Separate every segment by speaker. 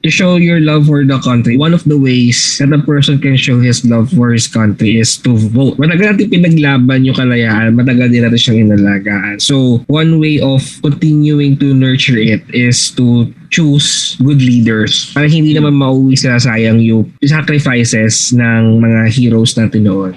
Speaker 1: you show your love for the country, one of the ways that a person can show his love for his country is to vote. Matagal natin pinaglaban yung kalayaan, matagal din natin siyang inalagaan. So, one way of continuing to nurture it is to choose good leaders para hindi naman mauwi sa sayang yung sacrifices ng mga heroes natin noon.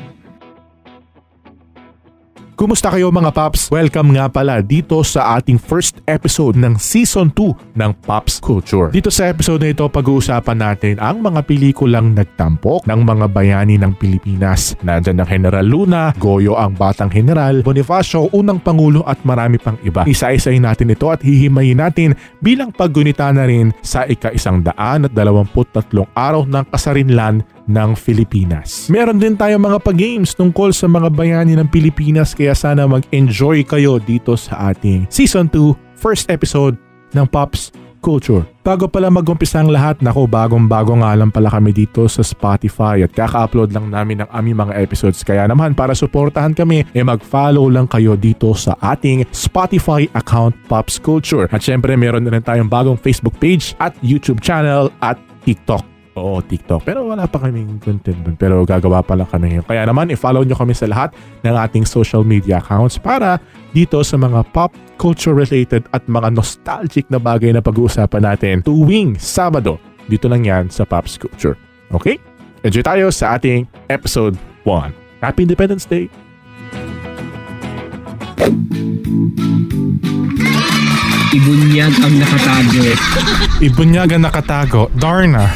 Speaker 2: Kumusta kayo mga Paps? Welcome nga pala dito sa ating first episode ng Season 2 ng Paps Culture. Dito sa episode na ito, pag-uusapan natin ang mga pelikulang nagtampok ng mga bayani ng Pilipinas. Nandyan ang General Luna, Goyo ang Batang General, Bonifacio, Unang Pangulo at marami pang iba. Isa-isayin natin ito at hihimayin natin bilang paggunita na rin sa ika-isang daan at dalawamput tatlong araw ng kasarinlan ng Pilipinas. Meron din tayo mga pag-games tungkol sa mga bayani ng Pilipinas kaya sana mag-enjoy kayo dito sa ating Season 2 first episode ng Pops Culture. Bago pala mag-umpisa ang lahat, nako bagong-bago nga lang pala kami dito sa Spotify at kaka-upload lang namin ng aming mga episodes. Kaya naman para suportahan kami, e mag-follow lang kayo dito sa ating Spotify account Pops Culture. At syempre meron na rin tayong bagong Facebook page at YouTube channel at TikTok. Oo, TikTok. Pero wala pa kaming content dun. Pero gagawa pa lang kami ngayon. Kaya naman, i-follow nyo kami sa lahat ng ating social media accounts para dito sa mga pop culture related at mga nostalgic na bagay na pag-uusapan natin tuwing Sabado. Dito lang yan sa Pops Culture. Okay? Enjoy tayo sa ating episode 1. Happy Independence Day!
Speaker 1: Ibunyag ang nakatago.
Speaker 2: Ibunyaga nakatago. Darna.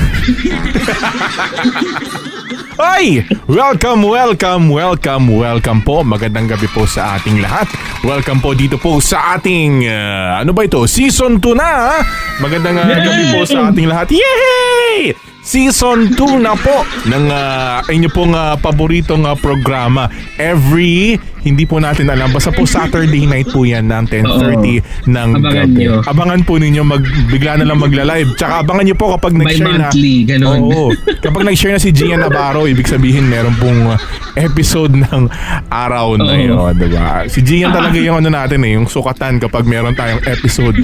Speaker 2: Ay! Welcome, welcome, welcome, welcome po. Magandang gabi po sa ating lahat. Welcome po dito po sa ating, uh, ano ba ito? Season 2 na! ah. Magandang uh, gabi po sa ating lahat. Yay! Season 2 na po ng uh, inyo pong uh, paboritong uh, programa. Every, hindi po natin alam, basta po Saturday night po yan ng 10.30 ng
Speaker 1: Abangan
Speaker 2: gabi.
Speaker 1: nyo.
Speaker 2: Abangan po ninyo, mag, bigla na lang magla-live. Tsaka abangan nyo po kapag nag-share na.
Speaker 1: monthly, ganun.
Speaker 2: Oo. Kapag nag-share na si Gian Navarro, ibig sabihin meron pong uh, episode ng araw na
Speaker 1: Oo.
Speaker 2: yun, di ba? Si Gian talaga yung ano natin eh, yung sukatan kapag meron tayong episode.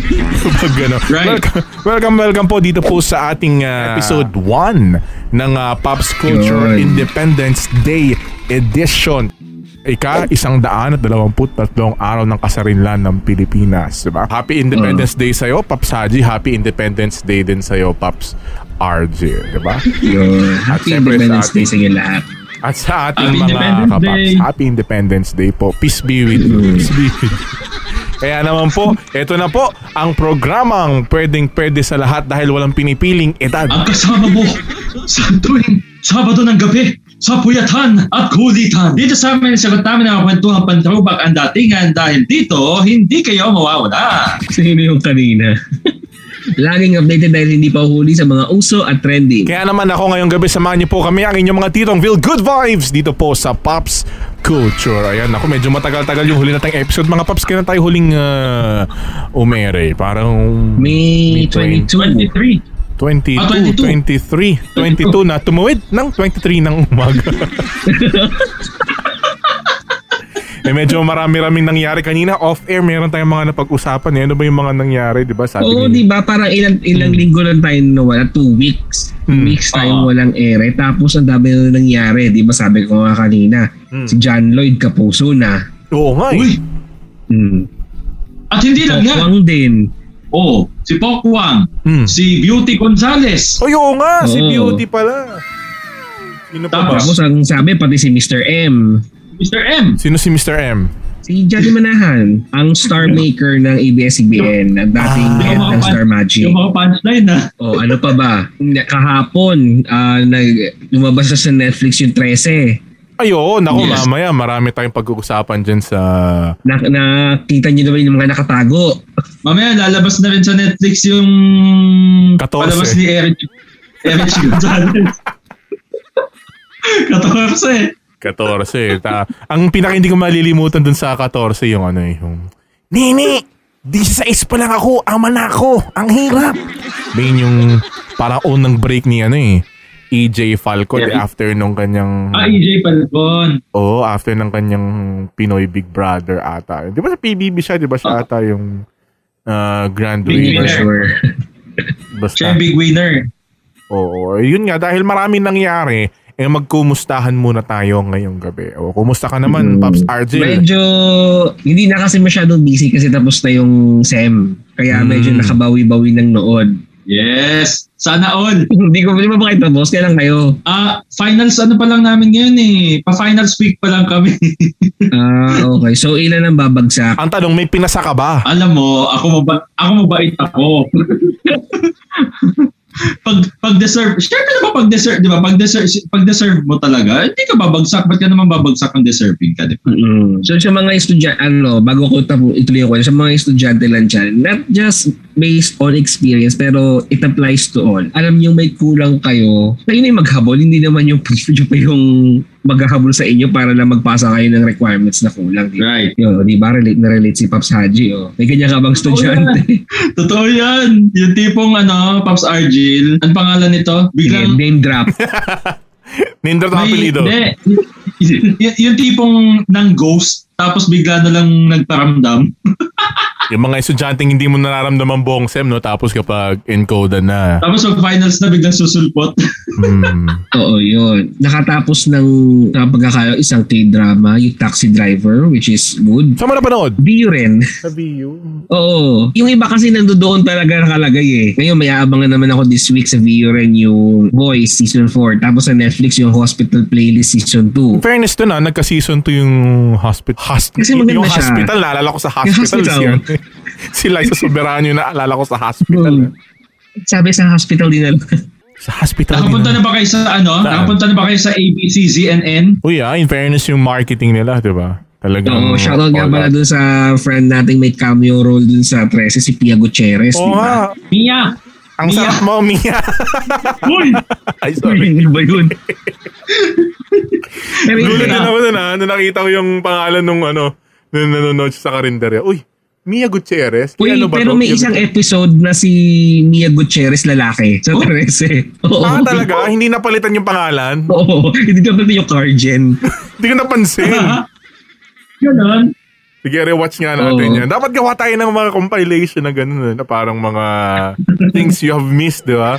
Speaker 2: kapag gano'n.
Speaker 1: Right.
Speaker 2: Welcome, welcome, welcome po dito po sa ating uh, episode 1 ng uh, Pops Culture
Speaker 1: Yun.
Speaker 2: Independence Day Edition. Ika, isang daan at dalawamput tatlong araw ng kasarinlan ng Pilipinas. Diba? Happy Independence Day sa'yo, Paps Haji. Happy Independence Day din sa'yo, Paps RJ. Diba?
Speaker 1: Yun. Happy
Speaker 2: At syempre sa
Speaker 1: Independence Day
Speaker 2: ating-
Speaker 1: sa inyo lahat.
Speaker 2: At sa ating
Speaker 1: Happy
Speaker 2: mga
Speaker 1: Independence
Speaker 2: kapaps,
Speaker 1: Day!
Speaker 2: Happy Independence Day po. Peace be with you. Peace be with you. Kaya naman po, eto na po ang programang pwedeng pwede sa lahat dahil walang pinipiling edad.
Speaker 3: Ang kasama mo sa tuwing Sabado ng gabi sa puyatan at kulitan. Dito sa amin, sagot namin ang kwentuhan pang-throwback ang datingan dahil dito, hindi kayo mawawala.
Speaker 1: Sino yung kanina? Laging updated dahil hindi pa huli sa mga uso at trending.
Speaker 2: Kaya naman ako ngayong gabi, samahan niyo po kami ang inyong mga titong Feel Good Vibes dito po sa Pops Culture. Ayan, ako medyo matagal-tagal yung huli nating episode. Mga Pops, kaya na tayo huling ah, umere. Parang
Speaker 1: May
Speaker 2: May 22.
Speaker 1: 22.
Speaker 3: 23.
Speaker 2: 22,
Speaker 3: Ah, 22.
Speaker 2: 23, 22 na tumawid ng 23 ng umaga. eh medyo marami-raming nangyari kanina off-air meron tayong mga napag-usapan eh. Ano ba yung mga nangyari, 'di ba? Sabi
Speaker 1: Oo,
Speaker 2: ni-
Speaker 1: di ba? Parang ilang, ilang linggo lang tayo nawala. Two weeks. Two
Speaker 2: Hmm.
Speaker 1: weeks tayong
Speaker 3: Oo.
Speaker 1: walang ere. Tapos ang dami na nangyari. Di ba sabi ko nga kanina,
Speaker 2: Hmm.
Speaker 1: si John Lloyd Capuso na.
Speaker 2: Oo nga eh.
Speaker 3: Uy,
Speaker 1: Hmm.
Speaker 3: at hindi lang yan.
Speaker 1: Pokwang din.
Speaker 3: Oh, si Pokwang,
Speaker 2: Hmm.
Speaker 3: si Beauty Gonzales.
Speaker 2: Uy, oo Oh, nga, si
Speaker 3: Mm.
Speaker 1: Oo.
Speaker 2: Beauty pala. Sino pa ba?
Speaker 1: Tapos
Speaker 3: Tapos-
Speaker 1: ang sabi, pati si Mr. M.
Speaker 3: Mr. M.
Speaker 2: Sino si Mr. M?
Speaker 1: Si Johnny Manahan, ang star maker ng ABS-CBN at dating
Speaker 2: Hmm. Ah.
Speaker 1: head ng
Speaker 3: Yung mga
Speaker 1: Star
Speaker 3: pan-
Speaker 1: Magic.
Speaker 3: Yung mga punchline na.
Speaker 1: O ano pa ba? Kahapon, ah, nag, lumabas na sa Netflix yung 13.
Speaker 2: Ayun, ako
Speaker 3: Yes.
Speaker 2: mamaya marami tayong pag-uusapan dyan sa...
Speaker 1: Na, nakita niyo naman yung mga nakatago.
Speaker 3: Mamaya lalabas na rin sa Netflix yung
Speaker 2: 14.
Speaker 3: palabas ni Eric Eric Gonzalez. 14.
Speaker 2: 14. Ta- ang pinaka hindi ko malilimutan dun sa 14 yung ano eh, yung... Nini! 16 pa lang ako! Ama na ako! Ang hirap! Yun yung parang unang break ni ano eh. EJ Falcon
Speaker 3: Yeah.
Speaker 2: after nung kanyang...
Speaker 3: Ah, EJ Falcon.
Speaker 2: Oo, after ng kanyang Pinoy Big Brother ata. Di ba sa PBB siya? Di ba siya ata yung uh, Grand
Speaker 3: Big
Speaker 1: Hindi
Speaker 2: Winner?
Speaker 1: ko
Speaker 3: Winner.
Speaker 1: sure.
Speaker 2: basta.
Speaker 3: Siya yung big winner.
Speaker 2: Oo, yun nga dahil marami nangyari, eh magkumustahan muna tayo ngayong gabi. O kumusta ka
Speaker 1: Mm.
Speaker 2: naman, Pops RJ?
Speaker 1: Medyo, hindi na kasi masyado busy kasi tapos na yung SEM. Kaya medyo
Speaker 2: Mm.
Speaker 1: nakabawi-bawi ng noon.
Speaker 3: Yes! Sana all!
Speaker 1: hindi ko, di ba makita boss? Kailan kayo?
Speaker 3: Ah, finals ano pa lang namin ngayon eh. Pa-finals week pa lang kami.
Speaker 1: Ah, okay. So, ilan ang babagsak?
Speaker 2: Ang tanong, may pinasa ka ba?
Speaker 3: Alam mo, ako maba, ako mabait ako. pag pag deserve, syempre naman pag deserve, 'di ba? Pag deserve, pag deserve mo talaga, hindi ka babagsak, ba't ka naman babagsak ang deserving ka, 'di ba?
Speaker 1: Mm. So sa mga estudyante, ano, bago ko tapo, ituloy ko, sa mga estudyante lang dyan, not just based on experience, pero it applies to all. Alam niyo may kulang kayo, kayo na yung maghabol, hindi naman yung, yung, yung maghahabol sa inyo para lang magpasa kayo ng requirements na kulang. Di ba?
Speaker 3: Right.
Speaker 1: Yo, di ba relate na relate si Pops Haji? Oh. May ganyan ka bang estudyante?
Speaker 3: Totoo 'yan. Yung tipong ano, Pops Argil, ang pangalan nito,
Speaker 1: Sige,
Speaker 3: biglang
Speaker 1: name drop.
Speaker 2: Ninder na apelido.
Speaker 3: Hindi. Y- yung tipong ng ghost, tapos bigla na lang nagparamdam.
Speaker 2: Yung mga estudyanteng hindi mo nararamdaman buong SEM, no? Tapos kapag encoder na.
Speaker 3: Tapos pag finals na biglang susulpot.
Speaker 2: Hmm.
Speaker 1: Oo, yun. Nakatapos ng sa pagkakalo isang K-drama, yung Taxi Driver, which is good.
Speaker 2: Saan mo napanood?
Speaker 1: Di rin.
Speaker 2: Sa VU.
Speaker 1: Oo. Yung iba kasi nandoon talaga nakalagay eh. Ngayon may aabangan naman ako this week sa VRN yung Boys Season 4. Tapos sa Netflix yung Hospital Playlist Season 2.
Speaker 2: fairness to na, nagka-season 2 yung hospital. Hosp-
Speaker 1: Kasi maganda
Speaker 2: yung
Speaker 1: siya.
Speaker 2: hospital, naalala ko sa hospital.
Speaker 1: hospital.
Speaker 2: Siya. si Liza Soberano yung naalala ko sa hospital.
Speaker 1: Hmm. Sabi sa hospital din alam.
Speaker 2: Sa hospital.
Speaker 3: Nakapunta
Speaker 2: din.
Speaker 3: na ba kayo sa ano?
Speaker 2: Saan?
Speaker 3: Nakapunta na ba kayo sa ABC, ZNN?
Speaker 2: Uy, ah, in fairness yung marketing nila, di ba? Talagang...
Speaker 1: Oo, shoutout nga pala dun sa friend nating may cameo role dun sa 13, si Pia Gutierrez.
Speaker 2: Oo
Speaker 1: di ba?
Speaker 2: nga.
Speaker 3: Mia!
Speaker 2: Ang
Speaker 3: Mia.
Speaker 2: sarap mo, Mia.
Speaker 3: Uy!
Speaker 2: Ay,
Speaker 1: Uy,
Speaker 2: sorry.
Speaker 1: Hindi ba yun? Pero yun
Speaker 2: Gulo
Speaker 1: na.
Speaker 2: na ako na na, nung nakita ko yung pangalan nung ano, nung nanonood siya sa karinderya. Uy, Mia Gutierrez?
Speaker 1: Uy,
Speaker 2: Ano ba
Speaker 1: pero
Speaker 2: to?
Speaker 1: may
Speaker 2: Mia
Speaker 1: isang
Speaker 2: Gutierrez? Oh.
Speaker 1: episode na si Mia Gutierrez lalaki sa 13. Oo.
Speaker 2: Ah, talaga? Hindi napalitan yung pangalan?
Speaker 1: Oo. Hindi ko pati yung Cargen.
Speaker 2: Hindi ko napansin.
Speaker 3: Ganon.
Speaker 2: Sige, rewatch nga natin
Speaker 1: Oo.
Speaker 2: yan. Dapat gawa tayo ng mga compilation na gano'n, eh, na parang mga things you have missed, di ba?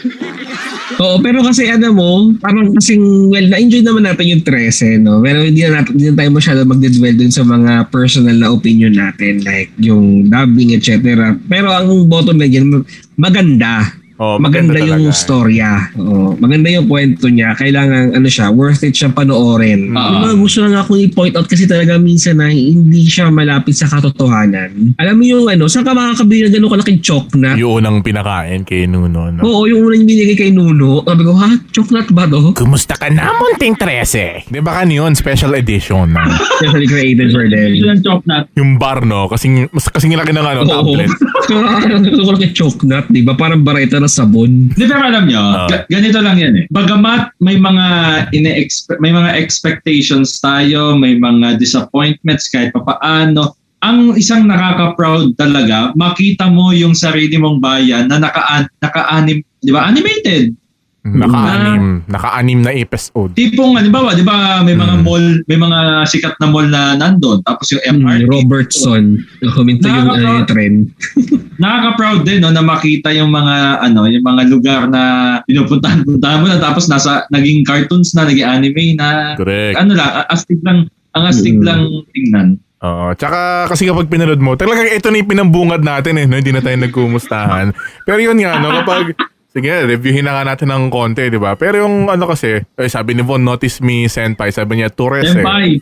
Speaker 1: Oo, pero kasi ano mo, parang kasing, well, na-enjoy naman natin yung 13, no? Pero hindi na, natin, hindi na tayo masyado magdedwell dun sa mga personal na opinion natin, like yung dubbing, etc. Pero ang bottom line yan, maganda.
Speaker 2: Oh,
Speaker 1: maganda, yung storya. Oo, maganda yung kwento niya. Kailangan, ano siya, worth it siya panoorin.
Speaker 2: Mm.
Speaker 1: Yung mga gusto lang ako i-point out kasi talaga minsan na hindi siya malapit sa katotohanan. Alam mo yung ano, saan ka makakabili ng gano'ng kalaking chok na?
Speaker 2: Yung unang pinakain kay Nuno. No?
Speaker 1: Oo, yung unang binigay kay Nuno. Sabi ko, ha? Chocolate ba to?
Speaker 2: Kumusta ka na, Munting 13? Di ba kan yun? Special edition. no?
Speaker 1: Specially created for
Speaker 3: Ito
Speaker 1: them.
Speaker 3: yung chop nut.
Speaker 2: yung bar, no? Kasing, mas, kasing laki ng ano,
Speaker 1: Oo.
Speaker 2: tablet.
Speaker 1: Gusto ko lang yung choknut, di ba? Parang bareta na sabon.
Speaker 3: Di pero alam nyo,
Speaker 2: Ah.
Speaker 3: ga- ganito lang yan eh. Bagamat may mga ine may mga expectations tayo, may mga disappointments kahit papaano, ang isang nakaka-proud talaga, makita mo yung sarili mong bayan na naka naka-anim, di ba? Animated.
Speaker 1: Ah.
Speaker 2: Naka-anim. Naka-anim na episode.
Speaker 3: Tipong halimbawa, di ba, may mga
Speaker 2: Mm.
Speaker 3: mall, may mga sikat na mall na nandun, tapos yung
Speaker 1: Mm,
Speaker 3: MRT.
Speaker 1: Robertson. Huminto yung
Speaker 3: Nakaka-
Speaker 1: ano, yung trend.
Speaker 3: Nakaka-proud din no na makita yung mga ano, yung mga lugar na pinupuntahan-puntahan mo na tapos nasa naging cartoons na, naging anime na
Speaker 2: Correct.
Speaker 3: ano lang, a- astig lang, ang astig
Speaker 1: Mm.
Speaker 3: lang tingnan.
Speaker 2: Oo. Tsaka kasi kapag pinanood mo, talagang ito na yung pinambungad natin eh. No? Hindi na tayo nagkumustahan. Pero yun nga, no? kapag... Sige, reviewin na nga natin ng konti, di ba? Pero yung ano kasi, eh, sabi ni Von, notice me, senpai. Sabi niya, Torres eh.
Speaker 3: Senpai,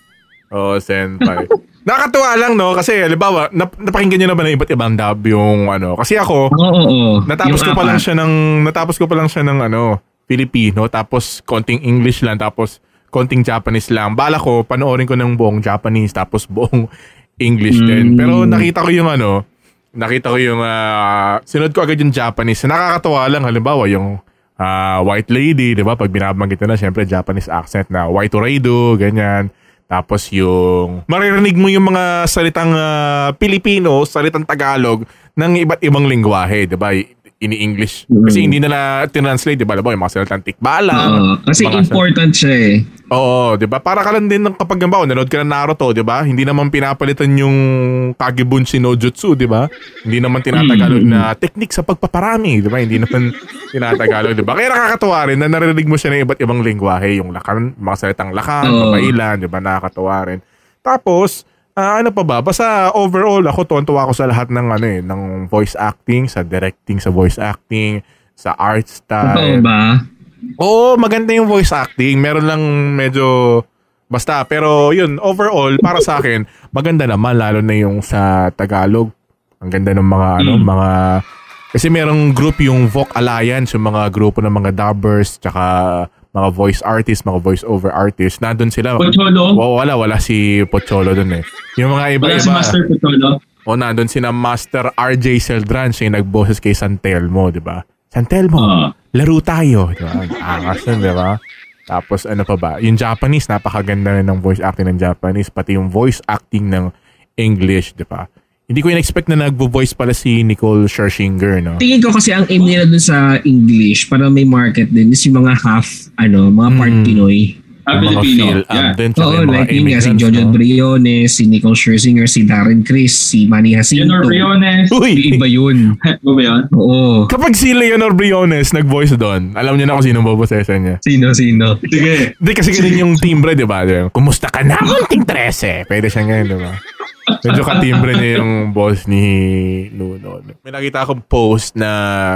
Speaker 2: Oo, senpai. Nakakatuwa lang, no? Kasi, halimbawa, nap- napakinggan niyo na ba ng iba't ibang dub yung ano? Kasi ako,
Speaker 1: Oo, oo.
Speaker 2: natapos
Speaker 1: Yung
Speaker 2: ko pa lang
Speaker 1: apat.
Speaker 2: siya ng, natapos ko pa lang siya ng ano, Filipino, tapos konting English lang, tapos konting Japanese lang. Bala ko, panoorin ko ng buong Japanese, tapos buong English
Speaker 1: Mm.
Speaker 2: din. Pero nakita ko yung ano, nakita ko yung, ah, sinod ko agad yung Japanese. Nakakatawa lang, halimbawa, yung ah, white lady, di ba? Pag binabanggit na, syempre, Japanese accent na white oreido, ganyan. Tapos yung, maririnig mo yung mga salitang ah, Pilipino, salitang Tagalog, ng iba't ibang lingwahe, di ba? Ini-English. Kasi
Speaker 1: Mm. Mm-hmm.
Speaker 2: hindi nila tinranslate, di ba? Alam mo, yung mga salitang tikbala.
Speaker 1: Oo, kasi
Speaker 2: mga sa-
Speaker 1: important siya eh.
Speaker 2: Oo, 'di ba? Para ka lang din ng kapag gambaw, nanood ka ng Naruto, 'di ba? Hindi naman pinapalitan yung Kagebun Shinojutsu, 'di ba? Hindi naman tinatagalog na technique sa pagpaparami, 'di ba? Hindi naman tinatagalog, 'di ba? Kaya nakakatuwa rin na naririnig mo siya ng iba't ibang lengguwahe, yung lakan, mga salitang lakan,
Speaker 1: Oo.
Speaker 2: papailan, 'di ba? Nakakatuwa rin. Tapos, ah, ano pa ba? Basta overall ako tuwa ako sa lahat ng ano eh, ng voice acting, sa directing sa voice acting, sa art
Speaker 1: Totoo
Speaker 2: style.
Speaker 1: ba?
Speaker 2: Oo, maganda yung voice acting. Meron lang medyo basta. Pero yun, overall, para sa akin, maganda naman. Lalo na yung sa Tagalog. Ang ganda ng mga, ano,
Speaker 3: Mm.
Speaker 2: mga... Kasi merong group yung Voc Alliance, yung mga grupo ng mga dubbers, tsaka mga voice artists, mga voice over artists. Nandun sila.
Speaker 3: Pocholo?
Speaker 2: Wa- Wala, wala si Pocholo dun eh. Yung mga iba-iba.
Speaker 3: Wala si Master Pocholo?
Speaker 2: O nandun si na Master RJ Seldran siya yung nagboses kay San Telmo, di ba? San Telmo,
Speaker 3: Oo.
Speaker 2: laro tayo. Di ba? Ang Angas nun, di ba? Tapos ano pa ba? Yung Japanese, napakaganda rin ng voice acting ng Japanese, pati yung voice acting ng English, di ba? Hindi ko in-expect na nagbo-voice pala si Nicole Scherzinger, no?
Speaker 1: Tingin ko kasi ang aim nila dun sa English para may market din is yung mga half, ano, mga part
Speaker 2: Mm.
Speaker 1: Pinoy.
Speaker 3: Ah,
Speaker 2: Yung mga
Speaker 3: Pilipino.
Speaker 2: feel-up
Speaker 3: Yeah.
Speaker 2: din, tsaka
Speaker 1: Oo,
Speaker 2: yung mga
Speaker 1: like yun nga, si
Speaker 2: immigrants,
Speaker 1: Jojo
Speaker 2: no?
Speaker 1: Briones, si Nicole Scherzinger, si Darren Criss, si Manny Jacinto.
Speaker 3: Leonor Briones.
Speaker 2: Uy!
Speaker 1: Yung Iba yun.
Speaker 3: Ano ba yun?
Speaker 1: Oo.
Speaker 2: Kapag si Leonor Briones nag-voice doon, alam niyo na kung sino bobosesan niya.
Speaker 1: Sino, sino?
Speaker 3: Sige.
Speaker 2: Hindi kasi ganun yung timbre, di ba? Di ba? Kumusta ka na, kunting 13? Pwede siya ngayon, di ba? Medyo katimbre niya yung boss ni Nuno. May nakita akong post na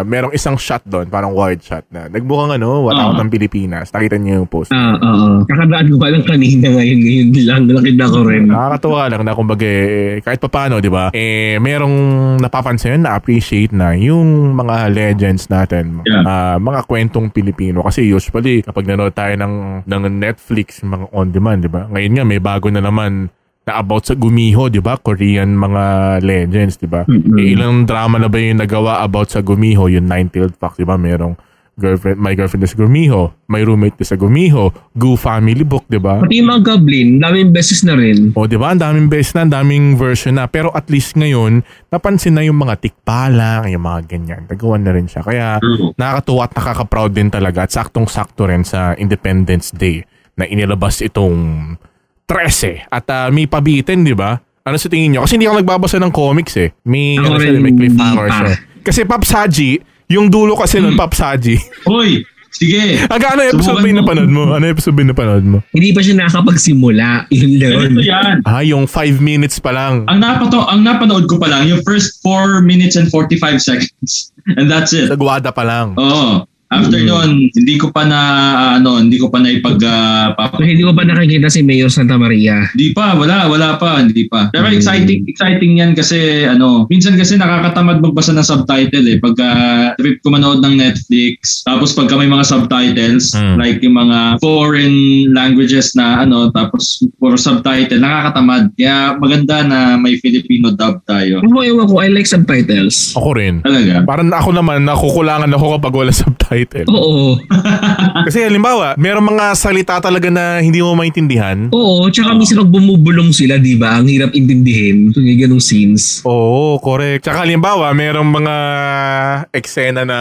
Speaker 2: merong isang shot doon, parang wide shot na nagmukhang ano, watakot
Speaker 3: Ah.
Speaker 2: ng Pilipinas. Nakita niyo yung post.
Speaker 1: Ah, oo. Kakadaan ko pa lang kanina ngayon, ngayon lang, nakita ko rin.
Speaker 2: Mm. Nakakatuwa lang na kumbaga eh, kahit papano, di ba? Eh, merong napapansin, na-appreciate na yung mga legends natin.
Speaker 3: Yeah.
Speaker 2: Ah, mga kwentong Pilipino. Kasi usually, kapag nanood tayo ng, ng Netflix, yung mga on-demand, di ba? Ngayon nga, may bago na naman na about sa Gumiho, di ba? Korean mga legends, di ba?
Speaker 1: Mm-mm.
Speaker 2: Eh, ilang drama na ba yung nagawa about sa Gumiho? Yung Nine-Tailed Fox, di ba? Merong girlfriend, my girlfriend is Gumiho, my roommate is a Gumiho, Goo Family Book, di ba?
Speaker 1: Pati yung mga goblin, daming beses na rin.
Speaker 2: O, Oh, di ba? Ang daming best na, ang daming version na. Pero at least ngayon, napansin na yung mga tikpalang, yung mga ganyan. Nagawa na rin siya. Kaya
Speaker 1: Mm.
Speaker 3: True.
Speaker 2: nakakatuwa at nakaka-proud din talaga. At saktong-sakto rin sa Independence Day na inilabas itong 13. At ah, may pabitin, di ba? Ano sa tingin nyo? Kasi hindi ako nagbabasa ng comics eh. May,
Speaker 1: Ako
Speaker 2: ano siya,
Speaker 1: rin,
Speaker 2: may cliffhanger
Speaker 1: hindi pa. Mm.
Speaker 2: siya. Kasi Pops Haji, yung dulo kasi nun, Pops Haji.
Speaker 3: Uy! Sige.
Speaker 2: Aga, ano episode
Speaker 3: Subukan
Speaker 2: ba yung
Speaker 3: mo.
Speaker 2: napanood mo? Ano episode ba yung napanood mo?
Speaker 1: Hindi pa siya nakakapagsimula. Yun lang.
Speaker 3: Ganito yan.
Speaker 2: Ah, yung 5 minutes pa
Speaker 1: Ah.
Speaker 2: lang.
Speaker 3: Ang, napato, ang napanood ko pa lang, yung first 4 minutes and 45 seconds. And that's it.
Speaker 2: Sagwada pa lang.
Speaker 3: Oo. After
Speaker 1: Mm.
Speaker 3: nun, hindi ko pa na, ano, hindi ko pa na ipag, ah, pap-
Speaker 1: Kasi hindi ko pa nakikita si Mayor Santa Maria.
Speaker 3: Hindi pa, wala, wala pa, hindi pa. Pero
Speaker 1: Mm.
Speaker 3: exciting, exciting yan kasi ano, minsan kasi nakakatamad magbasa ng subtitle eh. Pagka trip ko manood ng Netflix, tapos pagka may mga subtitles,
Speaker 2: Mm.
Speaker 3: like yung mga foreign languages na ano, tapos puro subtitle, nakakatamad. Kaya maganda na may Filipino dub tayo.
Speaker 1: Ano ba ewan ko, I like subtitles.
Speaker 2: Ako rin.
Speaker 3: Talaga.
Speaker 2: Parang ako naman, nakukulangan ako kapag wala subtitle.
Speaker 1: Oo.
Speaker 2: Kasi halimbawa, merong mga salita talaga na hindi mo maintindihan.
Speaker 1: Oo, tsaka minsan pag bumubulong sila, di ba? Ang hirap intindihin. So, yung ganong scenes.
Speaker 2: Oo, correct. Tsaka halimbawa, merong mga eksena na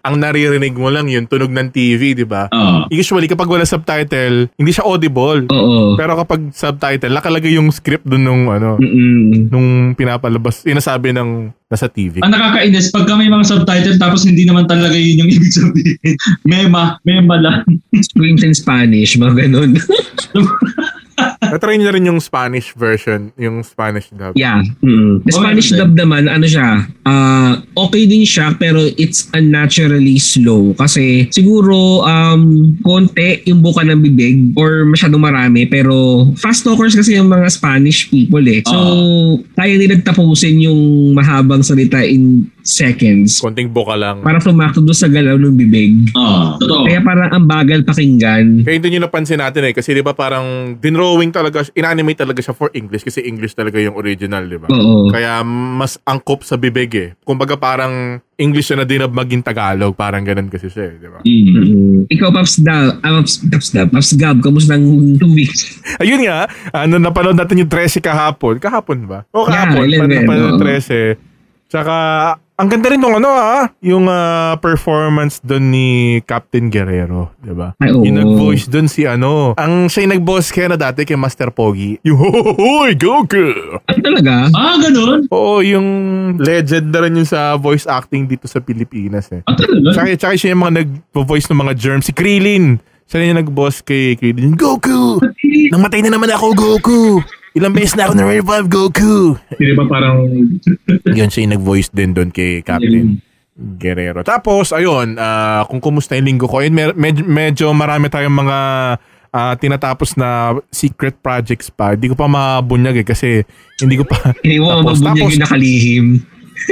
Speaker 2: ang naririnig mo lang yun, tunog ng TV, di ba?
Speaker 3: Oo.
Speaker 2: Usually, kapag wala subtitle, hindi siya audible.
Speaker 1: Oo.
Speaker 2: Pero kapag subtitle, nakalagay yung script dun nung, ano,
Speaker 1: Mm-mm.
Speaker 2: nung pinapalabas, inasabi ng nasa TV.
Speaker 3: Ang nakakainis, pagka may mga subtitle tapos hindi naman talaga yun yung ibig sabihin. Mema, mema lang.
Speaker 1: Screams in Spanish, mga ganon.
Speaker 2: Natry nyo na rin yung Spanish version, yung Spanish dub.
Speaker 1: yeah. Mm-mm. The
Speaker 3: Hmm. Okay,
Speaker 1: Spanish
Speaker 3: okay.
Speaker 1: dub naman, ano siya, ah, okay din siya, pero it's unnaturally slow. Kasi siguro, um, konti yung buka ng bibig or masyadong marami, pero fast talkers kasi yung mga Spanish people eh. So,
Speaker 3: Ah.
Speaker 1: kaya nila tapusin yung mahabang salita in seconds.
Speaker 2: Konting buka lang.
Speaker 1: Para tumakto doon sa galaw ng bibig.
Speaker 3: Oo, totoo.
Speaker 1: Kaya parang ang bagal pakinggan.
Speaker 2: Kaya doon yung napansin natin eh. Kasi di ba parang dinrowing talaga, siya- inanimate talaga siya for English kasi English talaga yung original, di ba?
Speaker 1: Oo.
Speaker 2: Kaya mas angkop sa bibig eh. Kumbaga parang English na dinab maging Tagalog. Parang ganun kasi siya eh, di ba?
Speaker 3: Mm.
Speaker 1: Mm-mm. Ikaw, Paps Dab, ah, Paps, Paps Dab, Paps Gab, kamusta ang two weeks?
Speaker 2: Ayun nga, ano, napanood natin yung 13 kahapon. Kahapon ba? O kahapon,
Speaker 1: Yeah,
Speaker 2: pa-
Speaker 1: 11,
Speaker 2: napanood
Speaker 1: oo.
Speaker 2: yung 13. Tsaka Ang ganda rin nung ano ah, yung ah, performance doon ni Captain Guerrero, 'di ba?
Speaker 1: Ay, oo.
Speaker 2: Yung nag-voice doon si ano, ang siya yung nag-boss kaya na dati kay Master Pogi. Yung hoy, go girl!
Speaker 1: Ay, Ano talaga?
Speaker 3: Ah, ganun?
Speaker 2: Oo, yung legend na rin yun sa voice acting dito sa Pilipinas eh.
Speaker 3: Ah, talaga?
Speaker 2: Tsaka, tsaka siya yung mga nag-voice ng mga germs. Si Krillin. Siya rin yung nag-boss kay Krillin. Goku! Namatay na naman ako, Goku! Ilang beses na ako na-revive, Goku!
Speaker 3: Hindi ba parang...
Speaker 2: Yun siya yung nag-voice din doon kay
Speaker 1: Mm.
Speaker 2: Captain Guerrero. Tapos, ayun, ah, kung kumusta yung linggo ko, ayun, mer- med- medyo marami tayong mga ah, tinatapos na secret projects pa. Hindi ko pa mabunyag eh kasi hindi ko pa...
Speaker 1: Hindi mo
Speaker 2: Tapos,
Speaker 1: mabunyag
Speaker 2: tapos.
Speaker 1: yung nakalihim.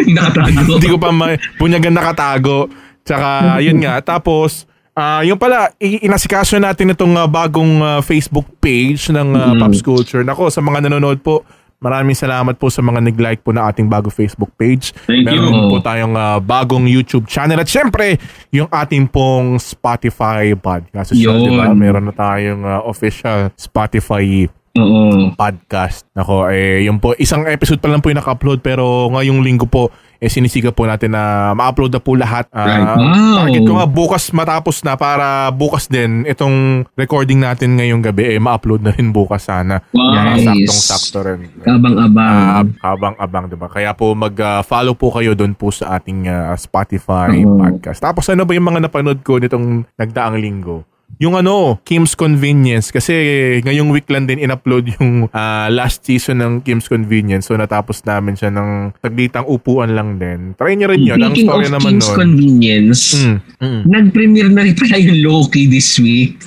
Speaker 1: Yung Nakatago.
Speaker 2: Hindi ko pa may bunyagan nakatago. Tsaka, yun nga. Tapos, ah, yung pala, i- inasikaso natin itong ah, bagong ah, Facebook page ng ah,
Speaker 3: Mm-hmm.
Speaker 2: Pops Culture. Nako, sa mga nanonood po, maraming salamat po sa mga nag-like po na ating bagong Facebook page.
Speaker 3: Thank
Speaker 2: Meron
Speaker 3: you.
Speaker 2: po tayong ah, bagong YouTube channel. At syempre, yung ating pong Spotify podcast. Yun.
Speaker 1: Yun.
Speaker 2: Diba? Meron na tayong ah, official Spotify
Speaker 1: Oo.
Speaker 2: podcast. Nako, eh, yun po. Isang episode pa lang po yung naka-upload pero ngayong linggo po, eh, sinisiga po natin na ma-upload na po lahat. Ah,
Speaker 3: Right.
Speaker 1: Wow.
Speaker 2: Target ko nga bukas matapos na para bukas din itong recording natin ngayong gabi eh, ma-upload na rin bukas sana.
Speaker 3: Wow.
Speaker 2: Para
Speaker 1: Nice.
Speaker 2: Saktong-sakto rin. Ah,
Speaker 1: Kabang-abang.
Speaker 2: abang-abang, diba? Kaya po mag-follow po kayo doon po sa ating ah, Spotify
Speaker 1: Oo.
Speaker 2: podcast. Tapos ano ba yung mga napanood ko nitong nagdaang linggo? Yung ano, Kim's Convenience. Kasi ngayong week lang din in-upload yung ah, last season ng Kim's Convenience. So natapos namin siya ng taglitang upuan lang din. Try nyo rin yun. Ang
Speaker 1: Speaking
Speaker 2: story
Speaker 1: of
Speaker 2: naman
Speaker 1: King's
Speaker 2: nun.
Speaker 1: Convenience,
Speaker 2: Mm, mm.
Speaker 1: nag-premiere na rin pala yung Loki this week.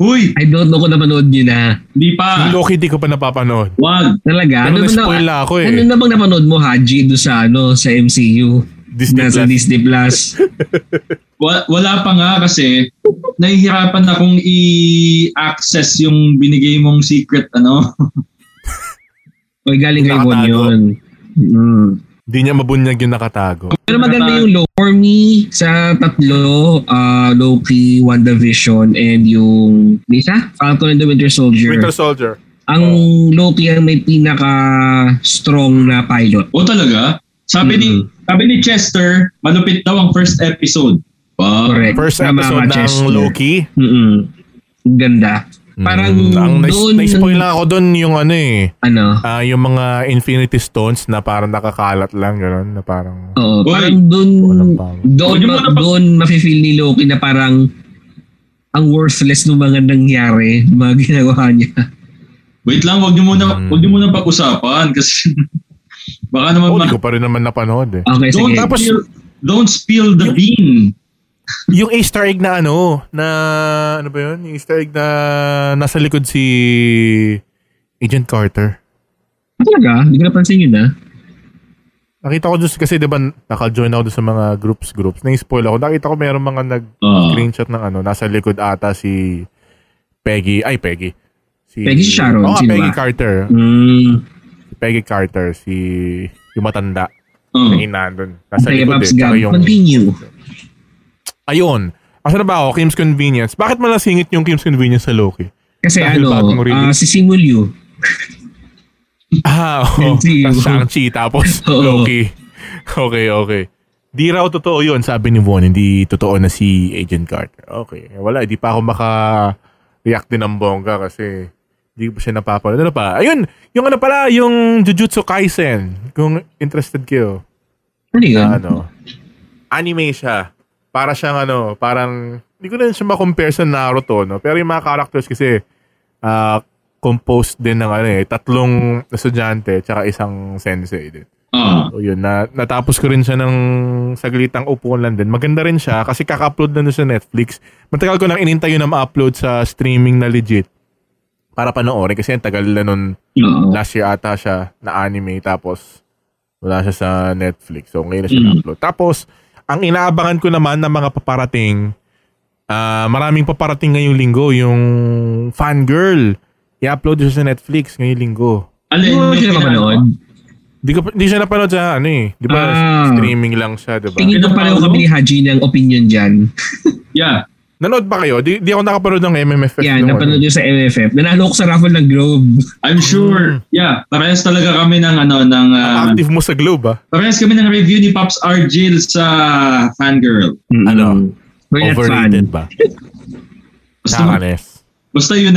Speaker 3: Uy,
Speaker 1: I don't know kung napanood nyo na.
Speaker 2: Yung
Speaker 3: hindi pa.
Speaker 2: Loki di ko pa napapanood.
Speaker 3: Wag.
Speaker 1: Talaga? ba
Speaker 2: Pero na-spoil na ako eh.
Speaker 1: Ano na bang napanood mo, Haji, do sa, ano, sa MCU?
Speaker 2: Disney
Speaker 1: Nasa
Speaker 2: Plus.
Speaker 1: Disney Plus.
Speaker 3: Wa- Wala pa nga kasi nahihirapan akong i-access yung binigay mong secret ano.
Speaker 1: Oy, galing kay Won
Speaker 2: Nakatago.
Speaker 1: yun. Mm.
Speaker 2: Di niya mabunyag yung nakatago.
Speaker 1: Pero maganda yung low. For me, sa tatlo, uh, Loki, WandaVision, and yung Lisa? Falcon and the Winter Soldier.
Speaker 2: Winter Soldier.
Speaker 1: ang Loki ang may pinaka-strong na pilot.
Speaker 3: O talaga? Sabi ni
Speaker 2: Mm-hmm.
Speaker 3: sabi ni Chester, malupit daw ang first episode. Wow.
Speaker 1: Correct.
Speaker 2: First
Speaker 1: Tama ka,
Speaker 2: episode ng
Speaker 1: Chester.
Speaker 2: Loki.
Speaker 1: Mm-mm. Ganda. Parang
Speaker 2: Mm, ang nais-
Speaker 1: doon,
Speaker 2: nais-spoil lang ako doon yung ano eh.
Speaker 1: ano,
Speaker 2: Ah, yung mga Infinity Stones na parang nakakalat lang, gano'n, na parang... oh,
Speaker 1: Oo,
Speaker 3: Uy,
Speaker 1: parang doon
Speaker 2: walang bawa.
Speaker 1: doon
Speaker 3: Yun yung
Speaker 1: ma,
Speaker 3: mga napag-
Speaker 1: doon mafe-feel ni Loki na parang ang worthless ng mga nangyari, ng mga ginagawa niya.
Speaker 3: Wait lang, wag niyo muna
Speaker 2: Mm.
Speaker 3: wag niyo muna pag-usapan kasi baka naman
Speaker 2: Oh,
Speaker 3: ma-
Speaker 2: di ko pa rin naman napanood eh.
Speaker 1: Okay,
Speaker 3: don't,
Speaker 1: sige. Ano,
Speaker 2: tapos-
Speaker 3: spill, don't spill the bean.
Speaker 2: yung Easter egg na ano, na... Ano ba yun? Yung Easter egg na nasa likod si Agent Carter.
Speaker 1: Ah, talaga, hindi ko napansin yun ah.
Speaker 2: Nakita ko dun kasi 'di ba naka-join ako dun sa mga groups groups. Na-spoil ako. Nakita ko mayroong mga nag
Speaker 3: Ah.
Speaker 2: screenshot ng ano, nasa likod ata si Peggy, ay Peggy. Si
Speaker 1: Peggy Sharon,
Speaker 2: Oo, nga,
Speaker 1: sino
Speaker 2: Peggy
Speaker 1: ba?
Speaker 2: Carter.
Speaker 1: Mm.
Speaker 2: Si Peggy Carter, si yung matanda.
Speaker 3: Oh.
Speaker 1: Hmm.
Speaker 2: na inandun. Nasa
Speaker 1: Okay,
Speaker 2: likod eh.
Speaker 1: Pops
Speaker 2: Tsaka
Speaker 1: Gab,
Speaker 2: yung...
Speaker 1: continue.
Speaker 2: Ayun. Asa na ba ako? Kim's Convenience. Bakit malasingit yung Kim's Convenience sa Loki?
Speaker 1: Kasi
Speaker 2: Dahil
Speaker 1: ano,
Speaker 2: bagong
Speaker 1: ah,
Speaker 2: release.
Speaker 1: si Simu Liu.
Speaker 2: Ah, oo.
Speaker 1: MCU.
Speaker 2: Tapos Shang-Chi, tapos
Speaker 1: Oo.
Speaker 2: Loki. Okay, okay. Di raw totoo yun, sabi ni Von. Hindi totoo na si Agent Carter. Okay. Wala, di pa ako maka-react din ng bongga kasi hindi ko pa siya napapanood. Ano pa? Ayun, yung ano pala, yung Jujutsu Kaisen. Kung interested kayo.
Speaker 1: Ano yun?
Speaker 2: na ano, anime siya. Para siyang ano, parang, hindi ko na rin siya makompare sa Naruto, no? Pero yung mga characters kasi, ah, composed din ng ano eh, tatlong estudyante, tsaka isang sensei din.
Speaker 3: Ah.
Speaker 2: So yun, na, natapos ko rin siya ng saglitang upuan lang din. Maganda rin siya kasi kaka-upload na nun sa Netflix. Matagal ko nang inintay yun na ma-upload sa streaming na legit para panoorin kasi ang tagal na nun
Speaker 1: Oo.
Speaker 2: last year ata siya na anime tapos wala siya sa Netflix. So ngayon na siya
Speaker 3: Mm.
Speaker 2: na-upload. Tapos ang inaabangan ko naman ng mga paparating ah, maraming paparating ngayong linggo yung Fangirl. I-upload siya sa Netflix ngayong linggo.
Speaker 3: Alin
Speaker 1: Hindi mo
Speaker 3: yung
Speaker 1: siya
Speaker 3: pinaka-
Speaker 1: napanood.
Speaker 2: Di, ko, di siya napanood sa ano eh. Di ba
Speaker 1: Ah.
Speaker 2: streaming lang siya, di ba?
Speaker 1: Tingin ko pareho kami ni Haji ng opinion dyan.
Speaker 3: Yeah.
Speaker 2: Nanood ba kayo? Di, di ako nakapanood ng MMFF.
Speaker 1: Yan,
Speaker 2: nung
Speaker 1: napanood
Speaker 2: ano.
Speaker 1: yun sa MFF. Nanalo ko sa raffle ng Globe.
Speaker 3: I'm
Speaker 2: Mm.
Speaker 3: sure. Yeah, parehas talaga kami ng ano ng
Speaker 1: um,
Speaker 3: ah,
Speaker 2: Active mo sa Globe ah.
Speaker 3: parehas kami ng review ni Pops Argil sa Fangirl.
Speaker 2: Ano?
Speaker 1: We're not
Speaker 2: Overrated
Speaker 1: fan.
Speaker 2: ba?
Speaker 3: Basta,
Speaker 2: Nakanes.
Speaker 3: basta yun.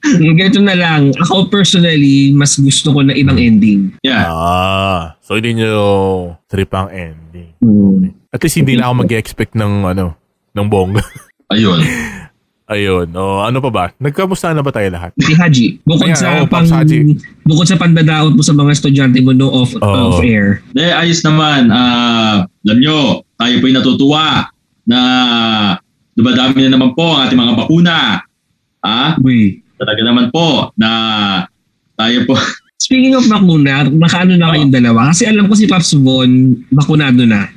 Speaker 1: Mm, Ganito na lang. Ako personally, mas gusto ko na ibang ending.
Speaker 3: yeah.
Speaker 2: Ah, so hindi nyo trip ang ending.
Speaker 1: Mm.
Speaker 2: At least hindi na ako mag-expect ng ano, ng bongga.
Speaker 3: Ayun.
Speaker 2: Ayun. O ano pa ba? Nagkamusta na ba tayo lahat?
Speaker 1: Si Haji, bukod
Speaker 2: Ayan,
Speaker 1: sa
Speaker 2: oo,
Speaker 1: pang,
Speaker 2: Pops Haji.
Speaker 1: bukod sa pandadaot mo sa mga estudyante mo no off
Speaker 2: Oo.
Speaker 1: off air.
Speaker 3: De, ayos naman. Ah, alam nyo, tayo po'y natutuwa na dumadami na naman po ang ating mga bakuna. Ah,
Speaker 1: Uy.
Speaker 3: talaga naman po na tayo po.
Speaker 1: Speaking of bakuna, nakaano na kayong dalawa? Kasi alam ko si Pops Von, bakunado na.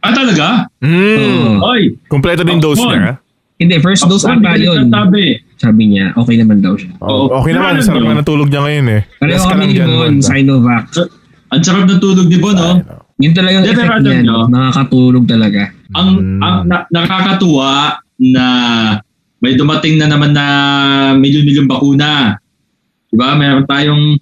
Speaker 3: Ah, talaga?
Speaker 2: Mm.
Speaker 1: Oo.
Speaker 3: Oy,
Speaker 2: Kompleto din
Speaker 3: Of
Speaker 2: dose
Speaker 3: course.
Speaker 2: na. ah.
Speaker 1: Hindi, first dose
Speaker 3: Ako,
Speaker 1: ata
Speaker 3: hindi
Speaker 1: yun.
Speaker 3: ka tabi.
Speaker 1: Sabi niya, okay naman daw siya.
Speaker 2: Oh,
Speaker 3: Oo.
Speaker 2: okay naman.
Speaker 3: Meron
Speaker 2: Sarap
Speaker 3: yun.
Speaker 2: na natulog niya ngayon eh.
Speaker 1: Pareho
Speaker 2: Rest ka lang
Speaker 1: kami ni
Speaker 2: dyan,
Speaker 1: Von,
Speaker 2: Wanda.
Speaker 1: Sinovac.
Speaker 3: Ang sarap ng tulog ni Bon, no?
Speaker 2: Ayun, oh.
Speaker 1: Yun talagang
Speaker 3: Hindi, pero
Speaker 1: effect
Speaker 3: alam
Speaker 1: niyan.
Speaker 3: niyo-
Speaker 1: Nakakatulog talaga.
Speaker 3: Ang,
Speaker 2: Mm.
Speaker 3: ang na- nakakatuwa na may dumating na naman na milyon-milyon bakuna. Diba? Meron tayong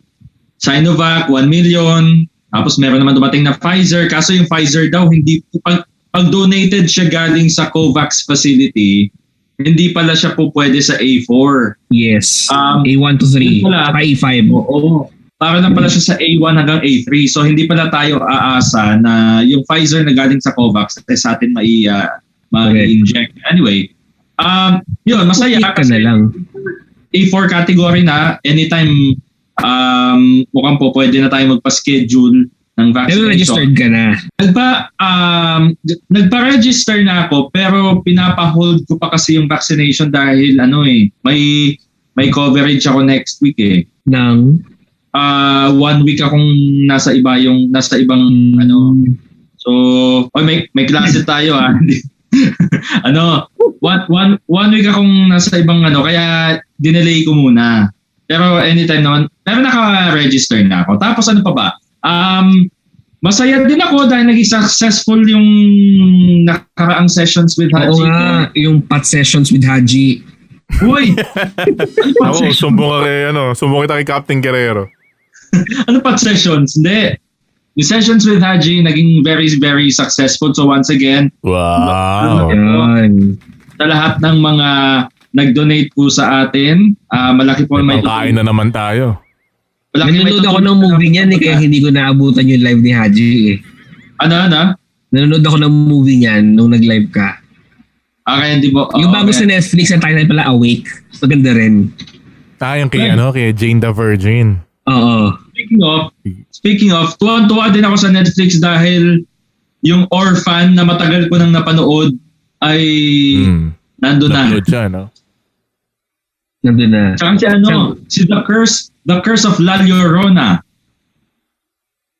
Speaker 3: Sinovac, 1 million. Tapos meron naman dumating na Pfizer. Kaso yung Pfizer daw, hindi pag, pag donated siya galing sa COVAX facility, hindi pala siya po pwede sa A4.
Speaker 1: Yes.
Speaker 3: Um,
Speaker 1: A1 to 3.
Speaker 3: yun pala. Oh,
Speaker 1: A5.
Speaker 3: Oo. Para lang pala siya sa A1 hanggang A3. So hindi pala tayo aasa na yung Pfizer na galing sa COVAX eh, sa atin mai ah, mai-inject. Anyway, um, yun, masaya
Speaker 1: Click ka na
Speaker 3: kasi
Speaker 1: lang.
Speaker 3: A4 category na anytime um, mukhang po pwede na tayo magpa-schedule ng
Speaker 1: Pero
Speaker 3: vaccination.
Speaker 1: registered ka na.
Speaker 3: Nagpa, um, nagpa-register na ako pero pinapa-hold ko pa kasi yung vaccination dahil ano eh, may may coverage ako next week eh
Speaker 1: Nang
Speaker 3: ah one week akong nasa iba yung nasa ibang ano
Speaker 1: Hmm. mm,
Speaker 3: so oy may may klase tayo ah ano one, one, one week akong nasa ibang ano kaya dinelay ko muna pero anytime naman pero naka-register na ako tapos ano pa ba um masaya din ako dahil naging successful yung nakaraang sessions with
Speaker 1: Oo
Speaker 3: Haji
Speaker 1: nga, yung pot sessions with Haji.
Speaker 3: Uy! ano pa
Speaker 2: Ako,
Speaker 3: session?
Speaker 2: sumbong ka kay, ano, sumbong kita kay Captain Guerrero.
Speaker 3: ano pa sessions? Hindi. The sessions with Haji naging very, very successful. So once again, Oh.
Speaker 2: Wow.
Speaker 1: Yan.
Speaker 3: sa lahat ng mga nag-donate po sa atin, ah, malaki po
Speaker 2: May
Speaker 3: may...
Speaker 2: pangkain na naman tayo.
Speaker 3: Malaki may
Speaker 1: Nanonood ako
Speaker 3: tutulong
Speaker 1: ng movie niyan eh, kaya hindi ko naabutan yung live ni Haji eh.
Speaker 3: Ano, ano?
Speaker 1: Nanonood ako ng movie niyan nung nag-live ka.
Speaker 3: Ah, kaya hindi po...
Speaker 1: yung bago sa Netflix na title pala Awake. Maganda rin.
Speaker 2: Tayong kay, ano, kay Jane the Virgin.
Speaker 1: Oo.
Speaker 3: Speaking of, speaking of, tuwan-tuwa din ako sa Netflix dahil yung Orphan na matagal ko nang napanood ay
Speaker 2: Hmm.
Speaker 3: nandun na.
Speaker 2: Napload siya, no?
Speaker 1: Nandun na.
Speaker 3: Tsaka si ano, si The Curse, The Curse of La Llorona.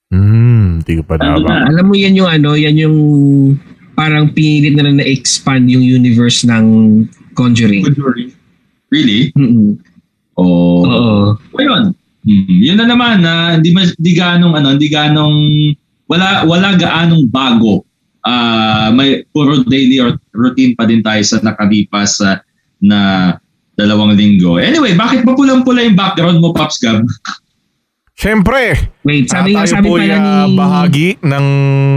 Speaker 2: Hmm, hindi ko pa
Speaker 3: Nandun
Speaker 2: nabang.
Speaker 3: na.
Speaker 1: Alam mo yan yung ano, yan yung parang pinilit na lang na-expand yung universe ng Conjuring.
Speaker 3: Really?
Speaker 1: Mm-mm.
Speaker 3: Oh.
Speaker 1: Oo.
Speaker 3: O yun. Hmm, yun na naman na hindi mas di ganong ano, hindi ganong wala wala gaanong bago. Ah, may puro daily or routine pa din tayo sa nakalipas ah, na dalawang linggo. Anyway, bakit pa pulang-pula yung background mo, Pops Gab?
Speaker 2: Siyempre,
Speaker 1: Wait, sabi nga,
Speaker 2: ah, tayo
Speaker 1: sabi
Speaker 2: po
Speaker 1: pala
Speaker 2: yung
Speaker 1: ni...
Speaker 2: bahagi ng...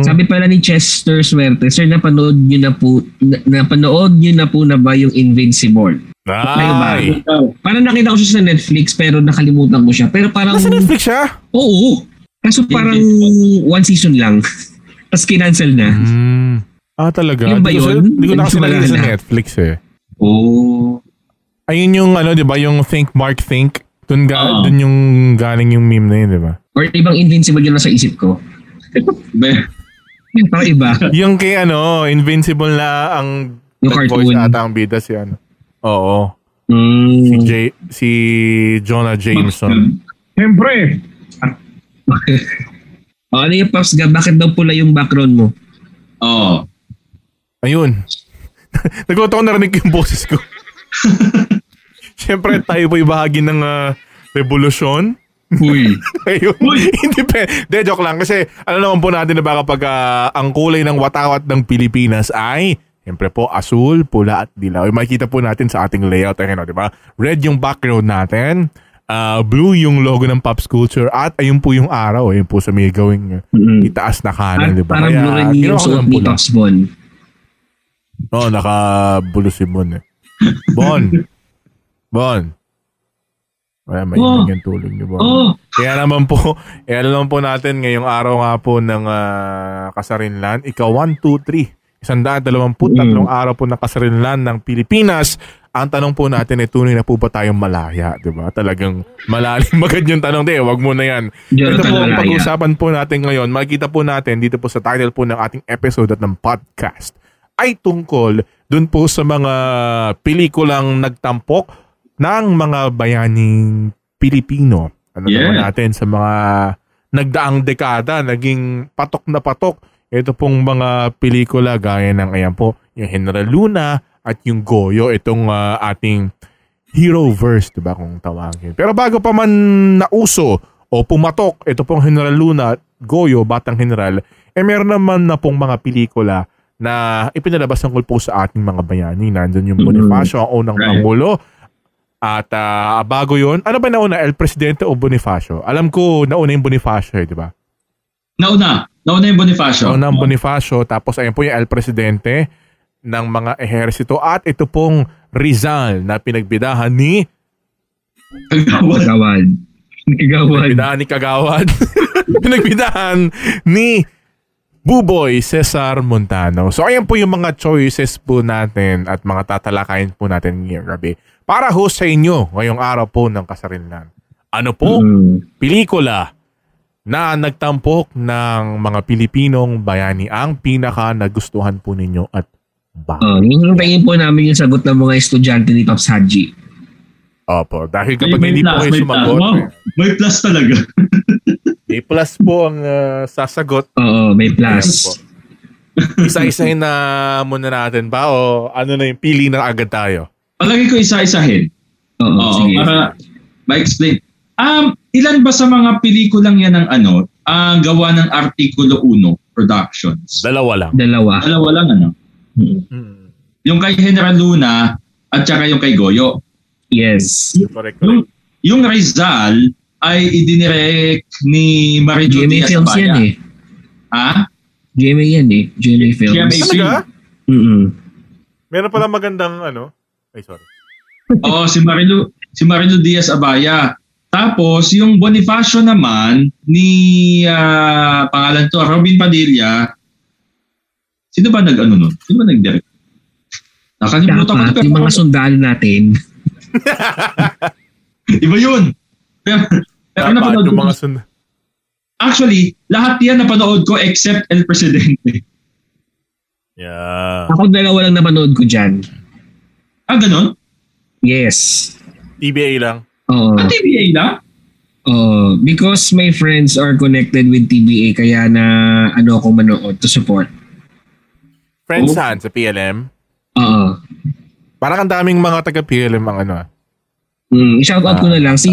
Speaker 1: Sabi pala ni Chester Swerte, Sir, napanood nyo na po, na, napanood nyo na po na ba yung Invincible? tayo ba?
Speaker 2: Ay!
Speaker 1: Parang nakita ko siya sa Netflix pero nakalimutan ko siya. Pero parang,
Speaker 2: Nasa Netflix siya?
Speaker 1: oo. Kaso parang one season lang. Tapos kinancel na.
Speaker 2: Hmm. Ah, talaga?
Speaker 1: Yun ba
Speaker 2: Di ko
Speaker 1: yun?
Speaker 2: sa- Di ko na
Speaker 1: Hindi
Speaker 2: kasi
Speaker 1: ko
Speaker 2: nakita sa
Speaker 1: maalala.
Speaker 2: Netflix eh.
Speaker 3: Oh.
Speaker 2: Ayun yung ano, di ba? Yung Think Mark Think. Dun, ga-
Speaker 3: Oo.
Speaker 2: dun yung galing yung meme na yun, di ba?
Speaker 1: Or ibang Invincible yun na sa isip ko.
Speaker 3: Be-
Speaker 1: Parang iba.
Speaker 2: Yung kay ano, Invincible na ang
Speaker 1: Yung
Speaker 2: that
Speaker 1: cartoon.
Speaker 2: voice ata ang bida si ano. Oo. Si,
Speaker 1: Mm.
Speaker 2: J- si Jonah Jameson.
Speaker 1: Siyempre. o, ano yung Pops Gab? Bakit daw pula yung background mo?
Speaker 3: Oh.
Speaker 1: hmm.
Speaker 2: Ayun. Nagulat ako narinig yung boses ko. Siyempre, tayo po'y bahagi ng ah, revolusyon.
Speaker 1: Uy.
Speaker 2: Ayun. Hindi pa. De, joke lang. Kasi alam naman po natin na baka pag ah, ang kulay ng watawat ng Pilipinas ay Siyempre po, asul, pula at dilaw. Yung makikita po natin sa ating layout. Ayan o, di ba? Red yung background natin. ah, blue yung logo ng Pops Culture. At ayun po yung araw. Ayun po sa may gawing
Speaker 1: Mm-mm.
Speaker 2: itaas na
Speaker 1: Parang
Speaker 2: kanan, di ba?
Speaker 1: parang blue rin yung
Speaker 2: ginawa ko
Speaker 1: suot
Speaker 2: ng
Speaker 1: ni
Speaker 2: pula.
Speaker 1: Tops Bon.
Speaker 2: Oo, oh, nakabulo si Bon eh. Bon! bon! Wala, may
Speaker 3: Oh.
Speaker 2: yung tulog ni Bon.
Speaker 3: Oh,
Speaker 2: Kaya naman po, kaya naman po natin ngayong araw nga po ng ah, Kasarinlan, ika 1, 2, 3. Isang daan, dalawamput, tatlong
Speaker 3: Mm.
Speaker 2: araw po ng Kasarinlan ng Pilipinas. Ang tanong po natin ay tunay na po ba tayong malaya, di ba? Talagang malalim agad yung tanong. Di, wag mo na yan.
Speaker 1: Diyan
Speaker 2: Ito po
Speaker 1: talaga
Speaker 2: ang
Speaker 1: yan.
Speaker 2: pag-uusapan po natin ngayon. Makikita po natin dito po sa title po ng ating episode at ng podcast ay tungkol dun po sa mga pelikulang nagtampok ng mga bayaning Pilipino. Ano
Speaker 3: Yeah.
Speaker 2: naman natin sa mga nagdaang dekada, naging patok na patok. Ito pong mga pelikula gaya ng ayan po, yung General Luna at yung Goyo, itong ah, ating hero verse, 'di ba kung tawagin. Pero bago pa man nauso o pumatok ito pong General Luna, at Goyo, Batang General, eh meron naman na pong mga pelikula na ipinalabas tungkol po sa ating mga bayani. Nandun yung
Speaker 1: Mhm.
Speaker 2: Bonifacio, ang unang
Speaker 3: Right.
Speaker 2: pangulo. At ah, bago yon ano ba nauna? El Presidente o Bonifacio? Alam ko nauna yung Bonifacio, eh, di ba?
Speaker 3: nauna. Nauna yung Bonifacio.
Speaker 2: Nauna ang Bonifacio, tapos ayun po yung El Presidente ng mga ehersito. At ito pong Rizal na pinagbidahan ni
Speaker 3: Kagawad.
Speaker 1: Kagawad. Kagawad.
Speaker 2: Pinagbidahan ni Kagawad. Pinagbidahan ni Buboy Cesar Montano. So ayan po yung mga choices po natin at mga tatalakayin po natin ngayong gabi. Para ho sa inyo ngayong araw po ng kasarinlan. Ano po?
Speaker 1: Mm.
Speaker 2: Pelikula na nagtampok ng mga Pilipinong bayani ang pinaka nagustuhan po ninyo at bakit?
Speaker 3: Mm.
Speaker 1: Oh, hihintayin po namin yung sagot ng mga estudyante ni Pops Haji.
Speaker 2: Opo, dahil
Speaker 3: May,
Speaker 2: kapag
Speaker 3: may
Speaker 2: hindi po
Speaker 3: plus,
Speaker 2: kayo
Speaker 3: may plus. Wow,
Speaker 2: sumagot,
Speaker 3: may plus talaga.
Speaker 2: A plus po ang ah, sasagot
Speaker 1: Oo, may
Speaker 2: Ayan po.
Speaker 1: plus.
Speaker 2: Isa-isahin na muna natin ba o ano na yung pili na agad tayo?
Speaker 3: Palagi ko isa-isahin.
Speaker 1: Oo,
Speaker 3: Oo,
Speaker 1: sige.
Speaker 3: para ma-explain. Um, ilan ba sa mga pelikulang yan ang ano, ang gawa ng Artikulo 1 Productions?
Speaker 2: Dalawa lang.
Speaker 1: Dalawa.
Speaker 3: Dalawa lang ano.
Speaker 1: Mm.
Speaker 3: Yung kay General Luna at saka yung kay Goyo.
Speaker 1: Yes.
Speaker 2: Correct, correct.
Speaker 3: Yung, yung Rizal ay idinirect ni Marijo
Speaker 1: GMA
Speaker 3: Diaz
Speaker 1: Films yan
Speaker 3: Abaya.
Speaker 1: eh.
Speaker 3: Ha?
Speaker 1: GMA yan eh. GMA Films.
Speaker 3: GMA
Speaker 2: Talaga?
Speaker 1: Mm-mm.
Speaker 2: Meron pala magandang ano? Ay, sorry.
Speaker 3: Oo, si Marilu, si Marilu Diaz Abaya. Tapos yung Bonifacio naman ni ah, pangalan to Robin Padilla. Sino ba nag-ano nun? Sino ba nag-direct? Nakalimutan ko. na,
Speaker 1: Dapat,
Speaker 3: pero-
Speaker 1: yung mga sundalo natin,
Speaker 3: Iba yun. Pero, pero napanood
Speaker 2: Dapat yung
Speaker 3: ko-
Speaker 2: mga sun...
Speaker 3: Actually, lahat yan napanood ko except El Presidente.
Speaker 2: Yeah.
Speaker 1: ako dalawa lang napanood ko dyan.
Speaker 3: Ah, ganun?
Speaker 1: Yes.
Speaker 2: TBA lang.
Speaker 1: Oo.
Speaker 3: Ang TBA lang?
Speaker 1: Oo. Oh, Because my friends are connected with TBA kaya na ano ako manood to support.
Speaker 2: Friends
Speaker 3: Oh.
Speaker 2: saan? Sa PLM?
Speaker 1: Oo.
Speaker 2: Parang ang daming mga taga-PLM ang ano ah.
Speaker 1: Mm, shout out ko na lang si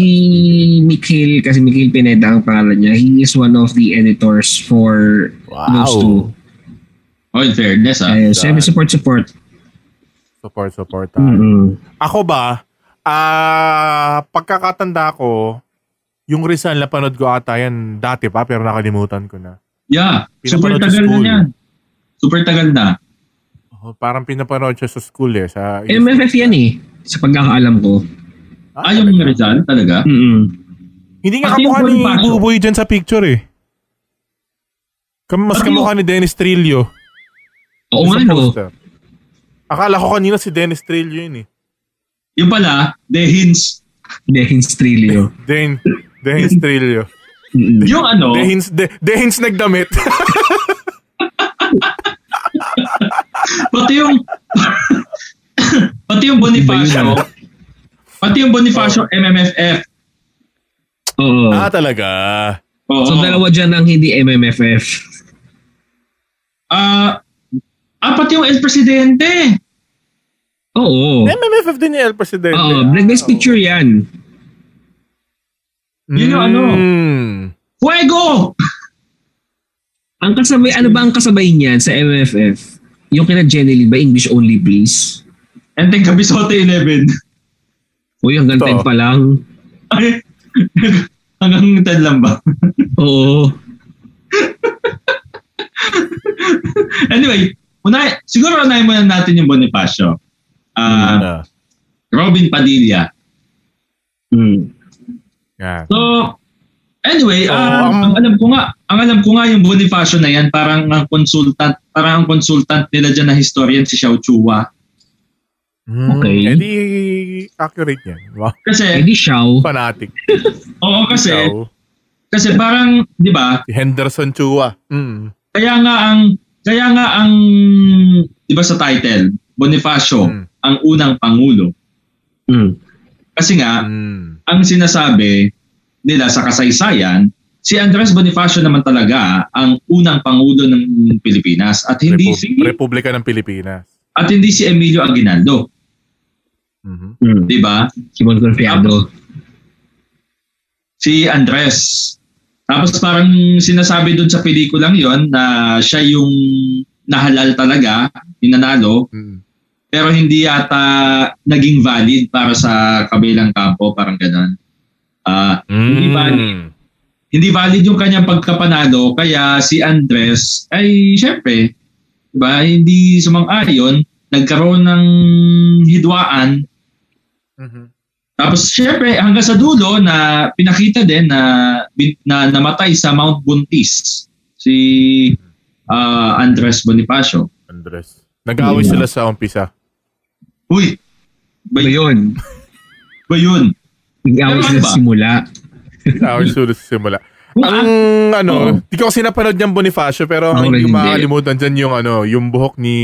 Speaker 1: Mikhail kasi Mikhail Pineda ang pangalan niya. He is one of the editors for those two.
Speaker 3: Oh, in fairness ah.
Speaker 1: Ayun, so, support support.
Speaker 2: Support, support. ah.
Speaker 1: Mm-mm.
Speaker 2: Ako ba? Ah, pagkakatanda ko, yung Rizal na panood ko ata yan dati pa pero nakalimutan ko na.
Speaker 3: Yeah, super
Speaker 2: Pinapanood sa
Speaker 3: tagal na
Speaker 2: school.
Speaker 3: yan. Super tagal na.
Speaker 2: Oh, parang pinapanood siya sa school eh. Sa
Speaker 1: MFF yan eh sa pagkakaalam ko.
Speaker 3: Ah, yung
Speaker 2: talaga?
Speaker 3: Rizal talaga?
Speaker 1: Mm-mm.
Speaker 2: Hindi nga
Speaker 3: Pati yung
Speaker 2: kamukha ni
Speaker 3: Bonifacio.
Speaker 2: Buboy dyan sa picture eh. Kam- mas
Speaker 3: Pati
Speaker 2: kamukha ni Dennis Trillo.
Speaker 1: Oo nga
Speaker 2: sa
Speaker 1: no.
Speaker 2: poster. Akala ko kanina si Dennis Trillo yun eh.
Speaker 3: Yung pala, The Hints.
Speaker 1: Dehins Trillo.
Speaker 2: Den Dennis Trillo.
Speaker 1: Mm-mm.
Speaker 3: Yung ano,
Speaker 2: Dehins, de, Dehins nagdamit.
Speaker 3: pati yung pati yung Bonifacio,
Speaker 1: Iba ano? Oh.
Speaker 3: pati yung Bonifacio MMFF.
Speaker 1: Oo.
Speaker 2: talaga?
Speaker 3: Oo.
Speaker 1: So dalawa dyan ang hindi MMFF.
Speaker 3: Ah, ah, pati yung El Presidente.
Speaker 1: Oo.
Speaker 2: MMFF din ni El Presidente.
Speaker 1: Oo. Black Best Picture yan.
Speaker 3: Yun yung ano.
Speaker 2: Mm.
Speaker 3: Fuego!
Speaker 1: Ang kasabay, ano ba ang kasabay niyan sa MFF? Yung kina Jenny Lee ba, English only please?
Speaker 3: And then Kabisote 11.
Speaker 1: Uy, hanggang
Speaker 2: Ito.
Speaker 1: 10 pa lang.
Speaker 3: Ay, Hanggang 10 lang ba?
Speaker 1: Oo.
Speaker 3: anyway, una, siguro unahin muna natin yung Bonifacio.
Speaker 2: Yun
Speaker 3: Ah,
Speaker 2: na.
Speaker 3: Robin Padilla.
Speaker 1: Mm.
Speaker 2: Yan.
Speaker 3: So,
Speaker 2: Oo,
Speaker 3: anyway, ah,
Speaker 2: ang-
Speaker 3: ang alam ko nga, ang alam ko nga yung Bonifacio na yan, parang ang consultant, parang ang consultant nila dyan na historian si Xiao Chua.
Speaker 2: Mm,
Speaker 1: Okay.
Speaker 2: Eh di accurate yan. Wow.
Speaker 3: Kasi,
Speaker 1: Eddie Shaw.
Speaker 2: Fanatic.
Speaker 3: oo kasi,
Speaker 2: Ikaw.
Speaker 3: kasi parang, di ba,
Speaker 2: Si Henderson Chua. Mm.
Speaker 3: kaya nga ang, kaya nga ang, di ba sa title, Bonifacio,
Speaker 2: Mm.
Speaker 3: ang unang pangulo.
Speaker 1: Mm.
Speaker 3: Kasi nga,
Speaker 2: Mm.
Speaker 3: ang sinasabi nila sa kasaysayan, si Andres Bonifacio naman talaga ang unang pangulo ng Pilipinas at hindi
Speaker 2: Repu-
Speaker 3: si
Speaker 2: Republika ng Pilipinas.
Speaker 3: at hindi si Emilio Aguinaldo,
Speaker 2: Mhm.
Speaker 1: Mm.
Speaker 3: 'di ba?
Speaker 1: Simon Confiado.
Speaker 3: Si Andres. Tapos parang sinasabi doon sa pelikulang 'yon na siya yung nahalal talaga, nanalo,
Speaker 2: Mm.
Speaker 3: pero hindi yata naging valid para sa kabilang kampo, parang ganun. Ah, Hindi ba?
Speaker 2: Mm.
Speaker 3: hindi valid yung kanyang pagkapanalo kaya si Andres ay syempre 'di ba hindi sumang-ayon nagkaroon ng hidwaan
Speaker 2: Mhm.
Speaker 3: tapos syempre hanggang sa dulo na pinakita din na, bin- na namatay sa Mount Buntis si ah, Andres Bonifacio.
Speaker 2: Andres. Nag-away sila sa umpisa.
Speaker 3: Uy, ba,
Speaker 1: Ano yun?
Speaker 3: ba yun?
Speaker 1: Nag-away sila
Speaker 3: Pero ano ba?
Speaker 1: sa simula.
Speaker 2: Nag-away sila sa simula.
Speaker 3: Kung ang,
Speaker 2: Ang
Speaker 3: Ah. Oo.
Speaker 2: ano, di ko kasi napanood yung Bonifacio pero ang
Speaker 1: Ako rin
Speaker 2: hindi ko
Speaker 1: hindi.
Speaker 2: makakalimutan dyan yung ano, yung buhok ni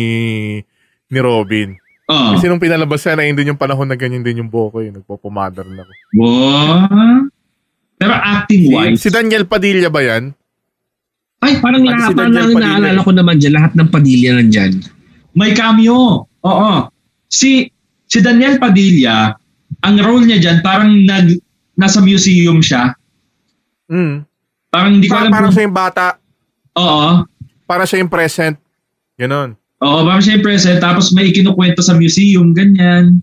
Speaker 2: ni Robin.
Speaker 3: oh,
Speaker 2: Kasi nung pinalabas siya, na din yung panahon na ganyan din yung buhok ko yun. Nagpupumadar na ako.
Speaker 3: wa- pero acting wise,
Speaker 2: Si, si Daniel Padilla ba yan?
Speaker 1: Ay, parang
Speaker 2: Pati
Speaker 1: lahat,
Speaker 2: si
Speaker 1: parang
Speaker 2: Daniel
Speaker 1: ang
Speaker 2: Padilla
Speaker 1: naalala
Speaker 2: eh.
Speaker 1: ko naman dyan, lahat ng padilya nandyan.
Speaker 3: May cameo. Oo. Si si Daniel Padilla, ang role niya diyan parang nag nasa museum siya.
Speaker 2: Mm.
Speaker 3: Parang hindi ko
Speaker 2: Pa-
Speaker 3: alam.
Speaker 2: parang
Speaker 3: kung-
Speaker 2: siya yung bata.
Speaker 3: oo.
Speaker 2: Para siya yung present. Ganon.
Speaker 3: Oo, parang siya yung present tapos may ikinukwento sa museum ganyan.